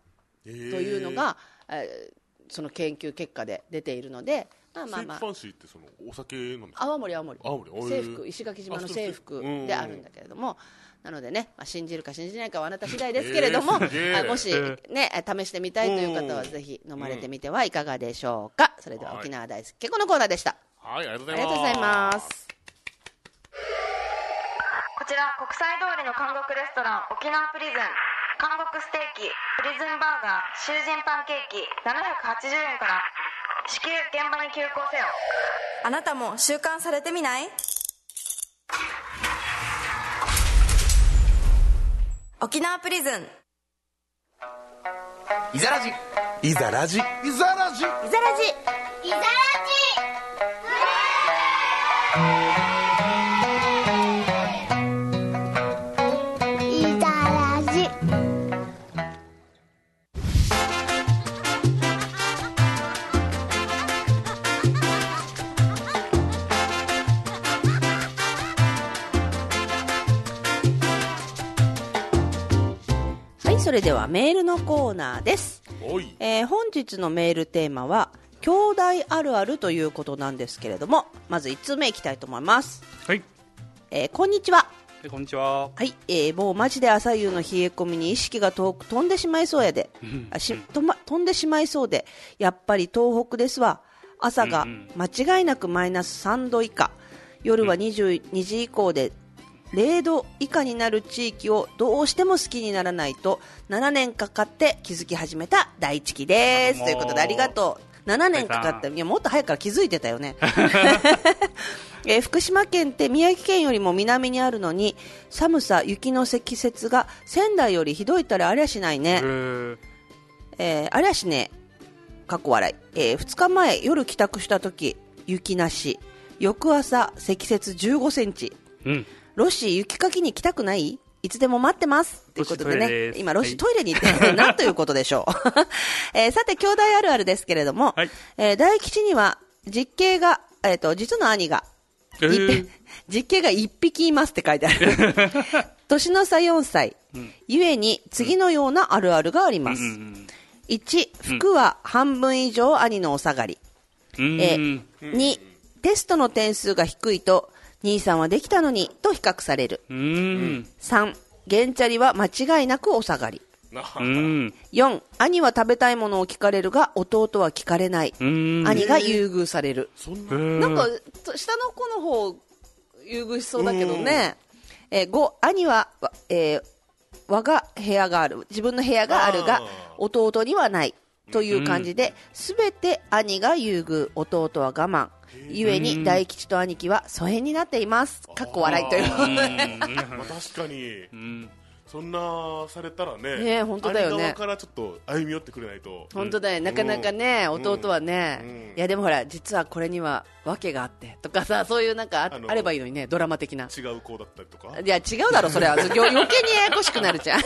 Speaker 3: と
Speaker 2: と
Speaker 3: いうのが、えーその研究結果で出ているのでまあま
Speaker 2: セ
Speaker 3: あ
Speaker 2: イプ
Speaker 3: ま
Speaker 2: フ
Speaker 3: あ
Speaker 2: ァンシーってそのお酒なんですか
Speaker 3: 青森青森
Speaker 2: 青森おい
Speaker 3: 制服石垣島の制服であるんだけれどもなのでね、まあ、信じるか信じないかはあなた次第ですけれども、
Speaker 2: えーすげえ
Speaker 3: あもし、ね、試してみたいという方は
Speaker 2: うん
Speaker 3: ぜひ飲まれてみてはいかがでしょうか、それでは沖縄大好き結構のコーナーでした
Speaker 2: はい、ありがとうご
Speaker 3: あ
Speaker 2: ざ
Speaker 3: り
Speaker 2: い
Speaker 3: が
Speaker 2: ま
Speaker 3: とう
Speaker 2: す。
Speaker 3: ございます
Speaker 10: こちら国際通りの韓国レストラン沖縄プリズン韓国ステーキプリズンバーガー囚人パンケーキ780円から至急現場に急行せよ
Speaker 8: あなたも習慣されてみない沖縄プリズン
Speaker 7: イザラジイザラジイザラジ
Speaker 9: イザラジイザラジイザラジ
Speaker 3: はいそれではメールのコーナーです、
Speaker 2: おい。
Speaker 3: えー本日のメールテーマは「兄弟あるある」ということなんですけれどもまず1通目いきたいと思います、
Speaker 4: はい。
Speaker 3: えーこんにちは
Speaker 4: でこんにち
Speaker 3: は
Speaker 4: は。
Speaker 3: い、えーもうマジで朝夕の冷え込みに意識が遠く飛んでしまいそうやで、あしとま、飛んでしまいそうで、やっぱり東北ですわ、朝が間違いなくマイナス3度以下、夜は22時以降で0度以下になる地域をどうしても好きにならないと、7年かかって気づき始めた大地きです。
Speaker 4: もう
Speaker 3: ということで、ありがとう。7年かかった、
Speaker 4: 出
Speaker 3: いやもっと早くから気づいてたよ ね。えー福島県って宮城県よりも南にあるのに寒さ、雪の積雪が仙台よりひどいったらありゃしないね、
Speaker 4: ー
Speaker 3: えーありゃしね過去笑い、え2日前夜帰宅した時雪なし翌朝積雪1 5センチ
Speaker 4: うん。
Speaker 3: ロシー雪かきに来たくないいつでも待ってますということで
Speaker 4: ロシトイレ
Speaker 3: ね
Speaker 4: です
Speaker 3: 今ロ
Speaker 4: は
Speaker 3: シ
Speaker 4: い
Speaker 3: トイレに行ってる なんということでしょう、 えーさて兄弟あるあるですけれども、
Speaker 4: はい
Speaker 3: えー大吉には実刑が、えー、と実の兄が
Speaker 4: え
Speaker 3: 一
Speaker 4: ー
Speaker 3: 匹実刑が1匹いますって書いてあ る年の差4歳、ゆえに次のようなあるあるがあります、
Speaker 4: うん
Speaker 3: 1服は半分以上兄のお下がり、
Speaker 4: うん。
Speaker 3: え
Speaker 4: うん。
Speaker 3: 2テストの点数が低いと兄さんはできたのにと比較される
Speaker 4: うん。
Speaker 3: 3ゲンチャリは間違いなくお下がり
Speaker 2: な
Speaker 4: うん。
Speaker 3: 4兄は食べたいものを聞かれるが弟は聞かれない、
Speaker 4: うん。
Speaker 3: 兄が優遇される、
Speaker 2: そんな。
Speaker 3: なん
Speaker 4: な
Speaker 3: か、と下の子の方優遇しそうだけどね、えー、5兄は、わえー我が部屋がある自分の部屋がある
Speaker 2: あ
Speaker 3: が
Speaker 2: ー
Speaker 3: 弟にはないという感じで、すべて兄が優遇弟は我慢ゆえに大吉と兄貴は疎遠になっていますかっこ笑いという
Speaker 2: あーま
Speaker 4: う
Speaker 2: あ、確かに。
Speaker 4: ん。
Speaker 2: そんなされたらね。
Speaker 3: ねえ本当だよね
Speaker 2: 兄側からちょっと歩み寄ってくれないと。
Speaker 3: 本当だよ、なかなかね、弟はね、
Speaker 2: うん
Speaker 3: いやでもほら、実はこれには訳があってとかさ、そういうなんかあ
Speaker 2: あの
Speaker 3: あればいいのにね、ドラマ的な。
Speaker 2: 違う子だったりとか。
Speaker 3: いや、違うだろ、それは。余余計にややこしくなるじゃ ん。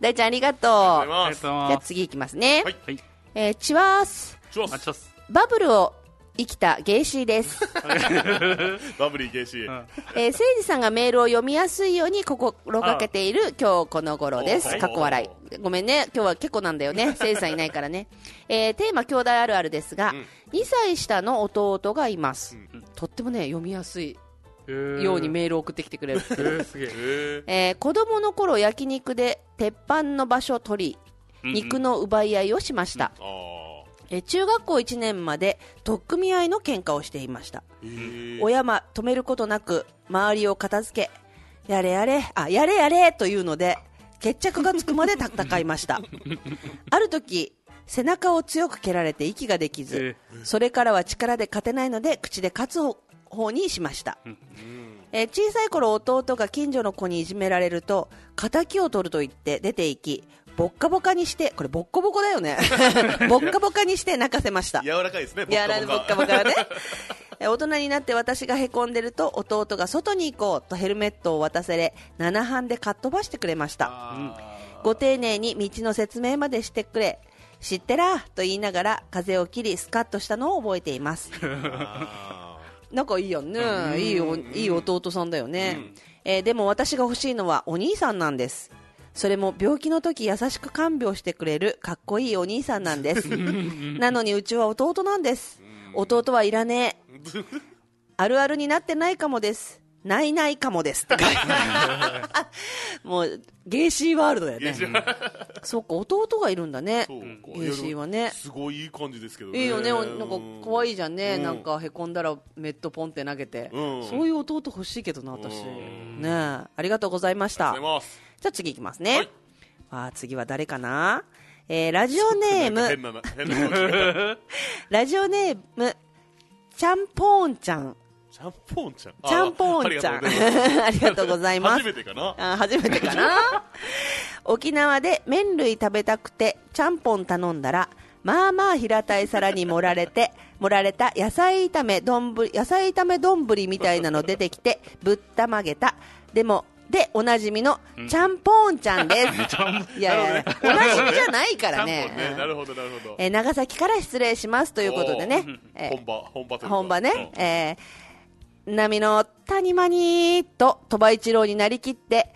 Speaker 3: 大ちゃん、ありがと
Speaker 2: あ
Speaker 3: う。
Speaker 2: り
Speaker 3: じ
Speaker 2: がとうござ
Speaker 3: ゃ
Speaker 2: います。
Speaker 4: ありがとうござい
Speaker 3: あ
Speaker 4: ます。
Speaker 3: 次いきますね。
Speaker 2: はい
Speaker 4: はい。
Speaker 3: えーチワース。
Speaker 2: チュワ
Speaker 4: あ、
Speaker 2: ス
Speaker 4: ちょっす。
Speaker 3: バブルを生きたゲイシー です。
Speaker 2: バブリーゲイシ
Speaker 4: う
Speaker 2: ー。
Speaker 4: ん
Speaker 3: えー、誠司さんがメールを読みやすいように心がけている今日この頃で
Speaker 2: あ
Speaker 3: す。
Speaker 2: はい
Speaker 3: かっこ笑い。ごめんね、今日は結構なんだよ ね。誠司さんいないからね。えーテーマ、兄弟あるあるですが、2歳下の弟がいます。とってもね、読みやすいようにメールを送ってきてくれる。
Speaker 4: えー、すげえ。
Speaker 2: へ
Speaker 3: えー子供の頃焼肉で鉄板の場所を取り肉の奪い合いをしました、
Speaker 2: ーあ
Speaker 3: えー中学校1年まで取っ組み合いの喧嘩をしていました、
Speaker 2: ー。へえ。
Speaker 3: 親は止めることなく周りを片付けやれやれあやれやれというので決着がつくまで戦いましたある時背中を強く蹴られて息ができず、それからは力で勝てないので口で勝つ方にしました、えー小さい頃弟が近所の子にいじめられると敵を取ると言って出て行きボッカボカにしてこれボッコボコだよねボッカボカにして泣かせました
Speaker 2: 柔らかいですね。
Speaker 3: いやらぼっかぼからねえ大人になって私がへこんでると弟が外に行こうとヘルメットを渡され7班でかっ飛ばしてくれましたご丁寧に道の説明までしてくれ知ってらと言いながら風を切りスカッとしたのを覚えています 仲いいやんねいいおいい弟さんだよね、えーでも私が欲しいのはお兄さんなんですそれも病気の時優しく看病してくれるかっこいいお兄さんなんですなのにうちは弟なんです弟はいらねえあるあるになってないかもですないないかも ですって書いてあるもうゲーシーワールドだよねそっか弟がいるんだね
Speaker 2: そうか
Speaker 3: ゲーシーはね
Speaker 2: いやすごいいい感じですけどね
Speaker 3: いいよね、おなんか可愛いじゃんね、
Speaker 2: う
Speaker 3: なんかへこんだらメットポンって投げて、
Speaker 2: うん
Speaker 3: そういう弟欲しいけどな、私、
Speaker 2: うん
Speaker 3: ねえありがとうございまし
Speaker 2: あ
Speaker 3: た。
Speaker 2: りがとうございます
Speaker 3: じゃあ次いきますね、
Speaker 2: はい
Speaker 3: あー次は誰かな、えーラジオネー
Speaker 2: 変
Speaker 3: ム、
Speaker 2: なな変な感じが
Speaker 3: ラジオネーム、ちゃんぽーんちゃん、
Speaker 2: ちゃんぽんちゃん
Speaker 3: ちゃんぽ
Speaker 2: ああ
Speaker 3: ー
Speaker 2: り
Speaker 3: ん
Speaker 2: が
Speaker 3: ち
Speaker 2: と
Speaker 3: ゃ
Speaker 2: うご
Speaker 3: ん
Speaker 2: ざいま す、
Speaker 3: ありがとうございます
Speaker 2: 初。めてかな
Speaker 3: あー初めてかな 沖縄で麺類食べたくてちゃんぽん頼んだらまあまあ平たい皿に盛られ て盛られた野菜炒め丼野菜炒め丼みたいなの出てきてぶったまげたでもでおなじみのちゃんぽんちゃん です、いやいやいやおなじみじゃないからね
Speaker 2: ちゃんぽんねなるほどなるほど
Speaker 3: えー長崎から失礼しますということでね、えー
Speaker 2: 本場本場というか
Speaker 3: 本場ね、
Speaker 2: うん
Speaker 3: えー、波の谷間にーと鳥羽一郎になりき って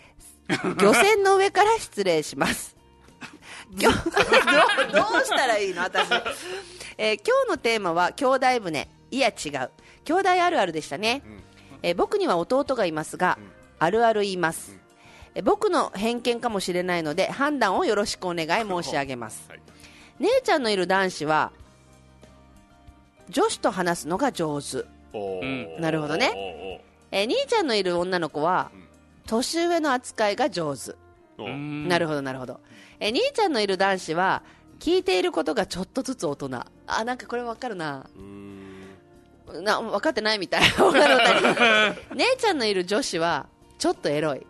Speaker 3: 漁船の上から失礼します漁 どうどうしたらいいの私、えー今日のテーマは兄弟船いや違う兄弟あるあるでしたね、えー僕には弟がいますが、あるある言います、えー僕の偏見かもしれないので判断をよろしくお願い申し上げます、
Speaker 2: はい
Speaker 3: 姉ちゃんのいる男子は女子と話すのが上手、
Speaker 2: おー
Speaker 4: う
Speaker 3: なるほどねえー兄ちゃんのいる女の子は
Speaker 2: うん
Speaker 3: 年上の扱いが上手、
Speaker 2: おーおーおー
Speaker 3: なる
Speaker 4: ほ
Speaker 3: ほどなるほど、えー兄ちゃんのいる男子は聞いていることがちょっとずつ大人あなんかこれ分かるな
Speaker 2: うーん
Speaker 3: な分かってないみたいわかるわかる 姉ちゃんのいる女子はちょっとエロい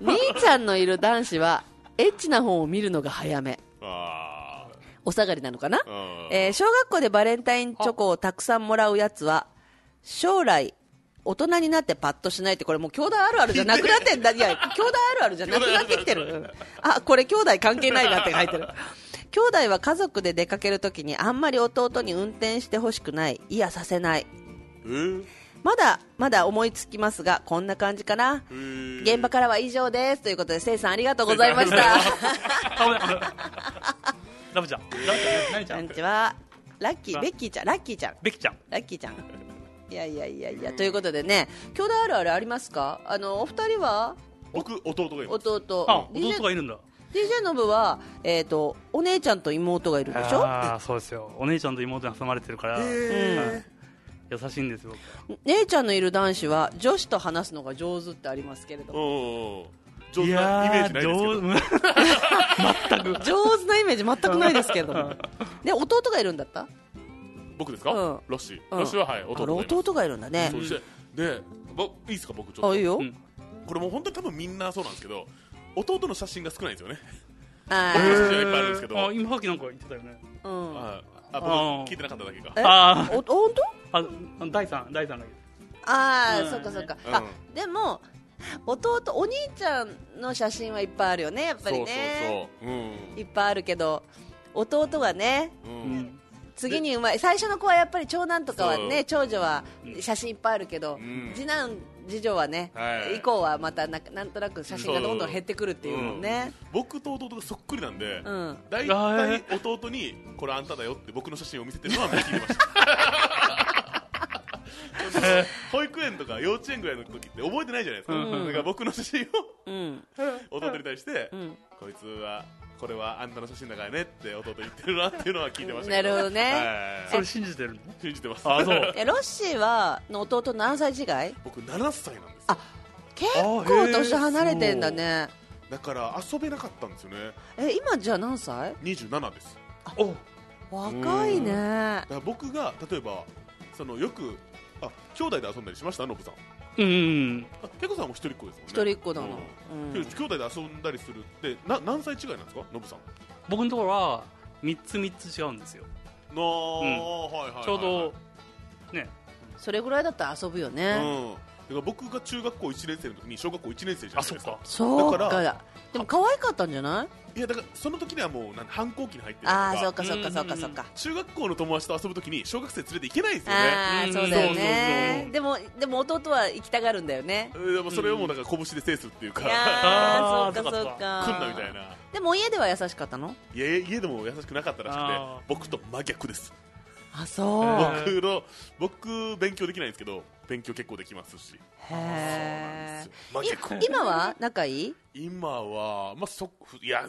Speaker 3: 兄ちゃんのいる男子はエッチな本を見るのが早め
Speaker 2: あ
Speaker 3: お下がりなのかな
Speaker 2: ーうん
Speaker 3: えー小学校でバレンタインチョコをたくさんもらうやつは将来大人になってパッとしないってこれもう兄弟あるあるじゃなくなってんだい や兄弟あるあるじゃなくなってきてるあこれ兄弟関係ないなって書いてる兄弟は家族で出かけるときにあんまり弟に運転してほしくないいやさせない
Speaker 2: えー
Speaker 3: まだまだ思いつきますがこんな感じかな
Speaker 2: えー
Speaker 3: 現場からは以上ですということでせいさんありがとうございました
Speaker 4: どラブちゃんラブちゃん何ち
Speaker 3: こ
Speaker 4: ゃ
Speaker 3: んに
Speaker 4: ん
Speaker 3: ちはラッキーベッキーちゃんラッキーちゃん
Speaker 4: ベキちゃん
Speaker 3: ラッキーちゃん。いやいやいやいや、ということでね、兄弟あるあるありますかあの、お二人は
Speaker 2: 僕弟がいます
Speaker 3: 弟。
Speaker 4: あ
Speaker 3: DJ
Speaker 4: 弟がいるんだ
Speaker 3: DJ のぶは、えっ、と、お姉ちゃんと妹がいるでしょ
Speaker 4: ああそうですよお姉ちゃんと妹に挟まれてるから
Speaker 3: うん
Speaker 4: 優しいんですよ
Speaker 3: 姉ちゃんのいる男子は女子と話すのが上手ってありますけれど
Speaker 2: うん
Speaker 3: も
Speaker 2: うんうん上手なイメージないですけ ど
Speaker 4: ですけど全く
Speaker 3: 上手なイメージ全くないですけれど もで弟がいるんだった
Speaker 2: 僕ですか、
Speaker 3: うん
Speaker 2: ロッシー、
Speaker 3: うん
Speaker 2: ロッシーははい
Speaker 3: あれ
Speaker 2: 弟がいます
Speaker 3: 弟がいるんだね
Speaker 2: そしてでぼいいですか僕ちょっと
Speaker 3: あいいよ、
Speaker 4: うん
Speaker 2: これもう本当に多分みんなそうなんですけど弟の写真が少ないんですよね
Speaker 3: あ
Speaker 2: 僕の
Speaker 3: ー
Speaker 2: 写真はいっぱいあるんですけど、
Speaker 4: あ今さっきなんか言ってたよね
Speaker 3: うん
Speaker 2: ああ
Speaker 4: あ
Speaker 2: 僕聞いてなかっただけか
Speaker 3: え
Speaker 4: あー
Speaker 3: お本当
Speaker 4: あ第三第三だけ
Speaker 3: ああ、
Speaker 4: うん
Speaker 3: そっかそっか、
Speaker 2: うん
Speaker 3: あでも弟お兄ちゃんの写真はいっぱいあるよねやっぱりね
Speaker 2: そうそうそう
Speaker 3: いっぱいあるけど弟がね
Speaker 2: うん、う
Speaker 4: うんん
Speaker 3: 次にうまい最初の子はやっぱり長男とかは
Speaker 2: そ
Speaker 3: ね
Speaker 2: う
Speaker 3: 長女は写真いっぱいあるけど、
Speaker 2: ん
Speaker 3: 次男次女はね、
Speaker 2: はい
Speaker 3: 以降はまたななんとなく写真がどんどん減ってくるっていうもんね
Speaker 2: 僕と弟がそっくりなんで、
Speaker 3: うん
Speaker 2: 大体弟にこれあんただよって僕の写真を見せてるのは見切りま した保育園とか幼稚園ぐらいの時って覚えてないじゃないですか、
Speaker 4: うん
Speaker 2: だから僕の写真
Speaker 3: うん
Speaker 2: を弟に対して、
Speaker 3: ん
Speaker 2: こいつはこれはあんたの写真だからねって弟言ってるなっていうのは聞いてました
Speaker 3: な
Speaker 2: けど
Speaker 3: るほどね、
Speaker 2: はい
Speaker 4: それ信じてるの
Speaker 2: 信じてます
Speaker 4: あそう
Speaker 3: えロッシーはの弟何歳違い
Speaker 2: 僕7歳なんです
Speaker 3: あ結構年離れてんだね
Speaker 2: だから遊べなかったんですよね
Speaker 3: え今じゃあ何歳
Speaker 2: 27です
Speaker 4: お
Speaker 3: 若いね
Speaker 2: だから僕が例えばそのよくあ兄弟で遊んだりしましたノブさん
Speaker 4: うん
Speaker 2: あけこさんも一人っ子ですもんね
Speaker 3: 一人っ子なの、
Speaker 2: うん
Speaker 3: う
Speaker 2: け
Speaker 3: ん
Speaker 2: ど兄弟で遊んだりするってな何歳違いなんですかノブさん
Speaker 4: 僕のところは三つ三つ違うんですよ
Speaker 2: のはいはいはいはい
Speaker 4: ちょうどね
Speaker 3: それぐらいだったら遊ぶよね、
Speaker 2: うんだから僕が中学校1年生の時に小学校1年生じゃないですか
Speaker 3: そうか
Speaker 2: だから
Speaker 3: でも可愛かったんじゃない
Speaker 2: いやだからその時にはもうなん反抗期に入ってると
Speaker 3: ああーそ
Speaker 2: か
Speaker 3: うかそうかそうかそうか、
Speaker 2: 中学校の友達と遊ぶ時に小学生連れて行けないんですよね
Speaker 3: ああー
Speaker 4: うん
Speaker 3: そうだよ
Speaker 4: そうそう
Speaker 3: ね
Speaker 4: そう
Speaker 3: でもでも弟は行きたがるんだよね
Speaker 2: えーでもそれをもうだから拳で制するっていう
Speaker 3: い
Speaker 2: か、
Speaker 3: やー
Speaker 4: あー
Speaker 3: そうかそうか
Speaker 2: 来んなみたいな
Speaker 3: でも家では優しかったの
Speaker 2: いや家でも優しくなかったらし
Speaker 4: あ
Speaker 2: くて僕と真逆です
Speaker 3: あそう
Speaker 4: うん
Speaker 2: 僕の僕勉強できないんですけど勉強結構できますし
Speaker 3: へ
Speaker 2: そうなんですよまあ
Speaker 3: ー
Speaker 2: 結構
Speaker 3: い今は仲いい
Speaker 2: 今は、まあ、そいや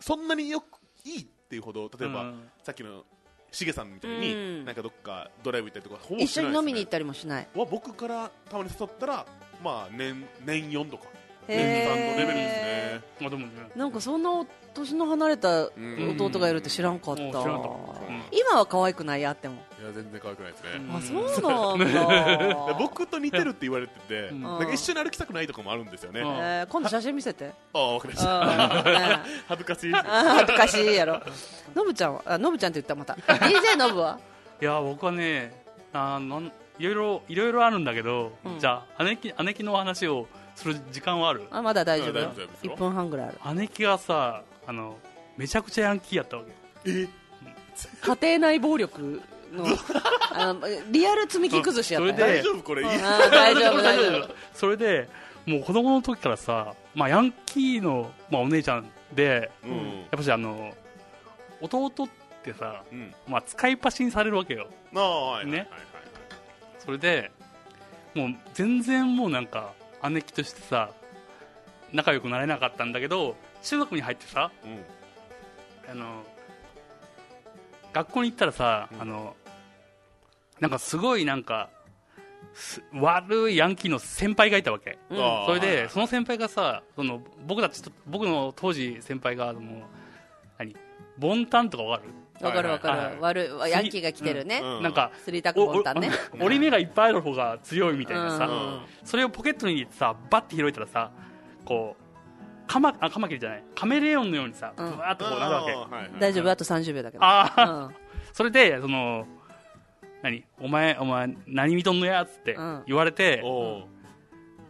Speaker 2: そんなによくいいっていうほど例えば、
Speaker 4: うん
Speaker 2: さっきのしげさんみたいに、
Speaker 3: うん
Speaker 2: なんかどっかドライブ行ったりとかほぼ
Speaker 3: 一
Speaker 2: しない
Speaker 3: 緒
Speaker 2: ですね
Speaker 3: に飲みに行ったりもしない
Speaker 2: は僕からたまに誘ったら、まあ、年年4とか
Speaker 3: へ
Speaker 2: 年3のレベルです
Speaker 3: え
Speaker 2: ね。
Speaker 4: まあでもね、
Speaker 3: なんかそんな年の離れた弟がいるって知らんかった、
Speaker 4: うん知らなかったうん
Speaker 3: 今は可愛くないやっても、
Speaker 2: いや全然可愛くないですね、
Speaker 4: うん
Speaker 3: あそうなんだ
Speaker 2: 僕と似てるって言われてて、
Speaker 4: うん
Speaker 2: なんか一緒に歩きたくないとかもあるんですよね、
Speaker 4: うん
Speaker 2: あ
Speaker 3: えー今度写真見せて
Speaker 2: あ分かりま
Speaker 3: う
Speaker 2: し
Speaker 3: ん
Speaker 2: た
Speaker 3: ね
Speaker 2: 恥ず かしいです
Speaker 3: あー恥ずかしいやろノブちゃんはあノブちゃんって言ったまた DJ ノブはい
Speaker 4: や僕はねあーなんいろいろいろいろあるんだけど、
Speaker 3: うん
Speaker 4: じゃあ姉貴姉貴のお話をする時間はある
Speaker 3: あまだ大丈夫
Speaker 2: うん
Speaker 3: よ
Speaker 2: 大丈夫ですよ
Speaker 3: 1分半ぐらいある
Speaker 4: 姉貴がさあのめちゃくちゃヤンキーやったわけ
Speaker 2: え
Speaker 3: 家庭内暴力のあのリアル積み木崩しやった
Speaker 4: それ
Speaker 3: よ
Speaker 4: で
Speaker 2: 大丈夫これ、いい
Speaker 3: あー大丈夫大
Speaker 4: 大丈
Speaker 3: 丈
Speaker 4: 夫 それでもう子供の時からさ、まあ、ヤンキーの、まあ、お姉ちゃんで
Speaker 2: うんうん
Speaker 4: やっぱしあの弟ってさ、
Speaker 2: うん
Speaker 4: まあ、使いっ走りにされるわけよ
Speaker 2: ああはいはいはい
Speaker 4: ねそれでもう全然もうなんか姉貴としてさ仲良くなれなかったんだけど中学に入ってさ
Speaker 2: はい、うん
Speaker 4: あの学校に行ったらさ、
Speaker 2: うん
Speaker 4: あのなんかすごいなんかす悪いヤンキーの先輩がいたわけ、
Speaker 3: うん
Speaker 2: ああ
Speaker 4: それ
Speaker 2: はいはい
Speaker 4: でその先輩がさその僕たちと僕の当時先輩がもう何ボンタンとかわかる
Speaker 3: わかるわか
Speaker 4: はいはい
Speaker 3: る悪いわヤンキーが来てるね、
Speaker 2: うん
Speaker 4: なんか
Speaker 3: スリータックボンタンね
Speaker 4: おお折り目がいっぱいある方が強いみたいなさ、
Speaker 3: うん
Speaker 4: それをポケットに入れてさバッて広いたらさこうカマあカマキリじゃないカメレオンのようにさブ
Speaker 3: うん
Speaker 4: ワーっとこうなるわけ、
Speaker 2: ああはいはい
Speaker 3: 大丈夫あと30秒だけど
Speaker 4: ああ、
Speaker 3: うん
Speaker 4: それでその何お前お前何見とんのやっつって
Speaker 3: うん
Speaker 4: 言われて、
Speaker 2: おう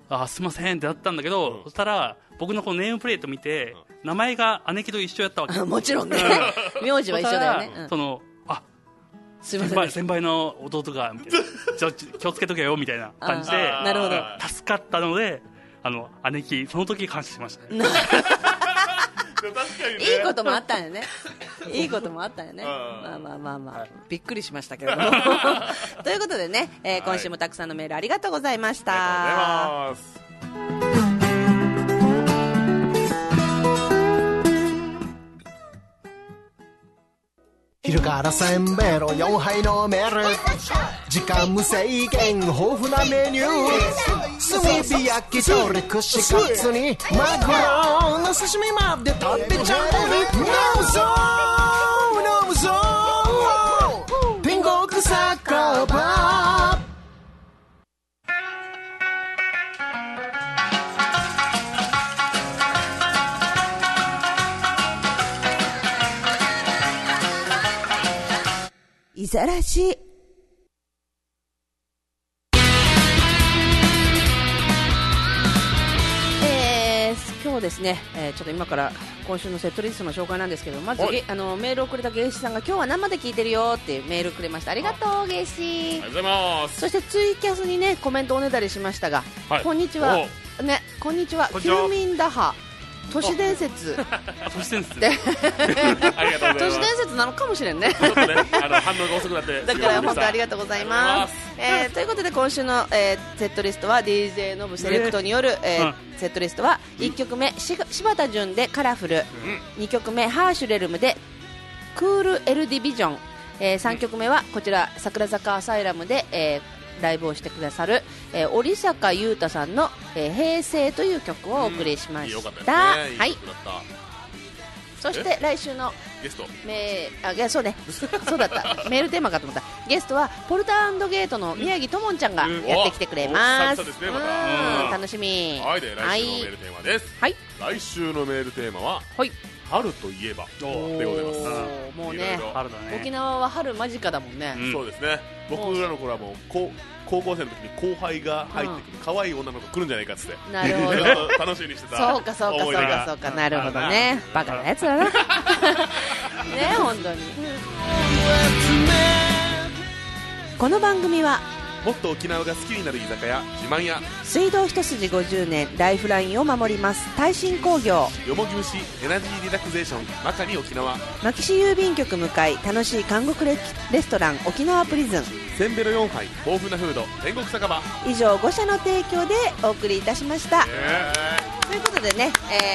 Speaker 4: あすいませんってなったんだけど、
Speaker 2: うん
Speaker 4: そしたら僕のこのネームプレート見て、名前が姉貴と一緒やったわけ
Speaker 3: あ もちろんね。 名字は一緒だよね。う
Speaker 4: そしたら
Speaker 3: ん
Speaker 4: そのあ
Speaker 3: すみませ
Speaker 4: 先
Speaker 3: ん
Speaker 4: 輩
Speaker 3: でした。
Speaker 4: 先輩の弟がみ たいなちょちょ気をつけとけよみたいな感じで
Speaker 2: あー
Speaker 3: なるほど。
Speaker 2: あ
Speaker 4: 助かったのであの姉貴その時感謝しましたね
Speaker 2: でも確かにね
Speaker 3: いいこともあったん よね。いいこともあったんよね。
Speaker 2: うん
Speaker 3: まあまあまあまあ、びっくりしましたけれど も。ということでね、えー今週もたくさんのメールありがとうございました。
Speaker 2: ありがとうございます
Speaker 7: 昼からせんべろ4杯のメール時間無制限豊富なメニュー炭火焼き鳥串カツにマグロの刺身まで食べちゃう飲むぞ飲むぞ天国酒場
Speaker 9: いざらし
Speaker 3: えー今日ですね、えーちょっと今から今週のセットリストの紹介なんですけどまず、
Speaker 2: はい
Speaker 3: あのメールをくれた芸師さんが今日は生で聞いてるよっていうメールくれましたありがとう芸
Speaker 2: あり
Speaker 3: 師
Speaker 2: がとうございます
Speaker 3: そしてツイキャスにねコメントをねだりしましたが、
Speaker 2: はい
Speaker 3: こんにちはねこんにちは
Speaker 2: こんにちは
Speaker 3: 休眠打破都市伝 説
Speaker 4: あそしてんす
Speaker 3: で
Speaker 2: ありがとうござい
Speaker 3: 都
Speaker 2: ます
Speaker 3: 市伝説なのかもしれ んね
Speaker 2: ちょっとね、あの反応が遅くなって。
Speaker 3: だから本当ありがとうございます。
Speaker 2: ありが
Speaker 3: えーということで今週の、えーセットリストは DJ ノブセレクトによる、えーセットリストは1曲目し柴田純で「カラフル」2曲目ハーシュレルムで「クール・エル・ディビジョン」え3曲目はこちら桜坂アサイラムで、えーライブをしてくださる、えー、織坂優太さんの、えー平成」という曲をお
Speaker 2: とうござ
Speaker 3: 送り
Speaker 2: います
Speaker 3: しまし
Speaker 2: よかったですね
Speaker 3: た。は
Speaker 2: はい
Speaker 3: い。そして来週の
Speaker 2: ゲスト。
Speaker 3: めあいやそうねそうだった メールテーマかと思ったゲストはポルターゲートの宮城ともんちゃんが
Speaker 4: うん
Speaker 3: やってきてくれます
Speaker 2: お久々ですねまた
Speaker 3: う
Speaker 2: うんん
Speaker 3: 楽しみ
Speaker 2: はい、で、来週のメールテーマです。
Speaker 3: はい
Speaker 2: 来週のメールテーマは、
Speaker 3: はい
Speaker 2: 春といえば。
Speaker 4: お
Speaker 2: でございます
Speaker 3: おーもう
Speaker 2: いろい
Speaker 3: ね
Speaker 2: ろ
Speaker 4: 春だね
Speaker 3: 沖縄は春間近だもんね
Speaker 4: うん
Speaker 2: そうですね。僕らの頃はもう、こう高校生の時に後輩が入ってくる、可愛い女の子来るんじゃないかっつって。
Speaker 3: なるほど
Speaker 2: 楽しみにしてた。
Speaker 3: そうかそうかそう
Speaker 2: 思い出
Speaker 3: か
Speaker 2: が
Speaker 3: そうかなるほどねバカなやつ だなね本当にこの番組は
Speaker 2: もっと沖縄が好きになる居酒屋自慢屋
Speaker 3: 水道一筋50年ライフラインを守ります耐震工業
Speaker 2: よもぎ虫エナジーリラクゼーションまかに沖縄
Speaker 3: 牧師郵便局向かい楽しい韓国レレストラン沖縄プリズン
Speaker 2: せんべろ4杯豊富なフード天国酒場
Speaker 3: 以上5社の提供でお送りいたしましたということでね、え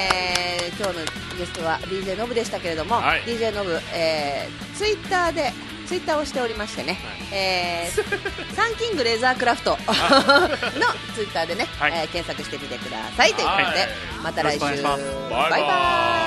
Speaker 3: ー今日のゲストは DJ ノブでしたけれども、
Speaker 2: はい
Speaker 3: DJ ノブ、えー、ツイッターでツイッターをしておりましてね、えーサンキングレザークラフトのツイッターでね、
Speaker 4: はい
Speaker 3: えー検索してみてくださいということで、
Speaker 2: はい
Speaker 3: また来週
Speaker 4: よろしくお願いします
Speaker 2: バイバ
Speaker 3: バイバーイ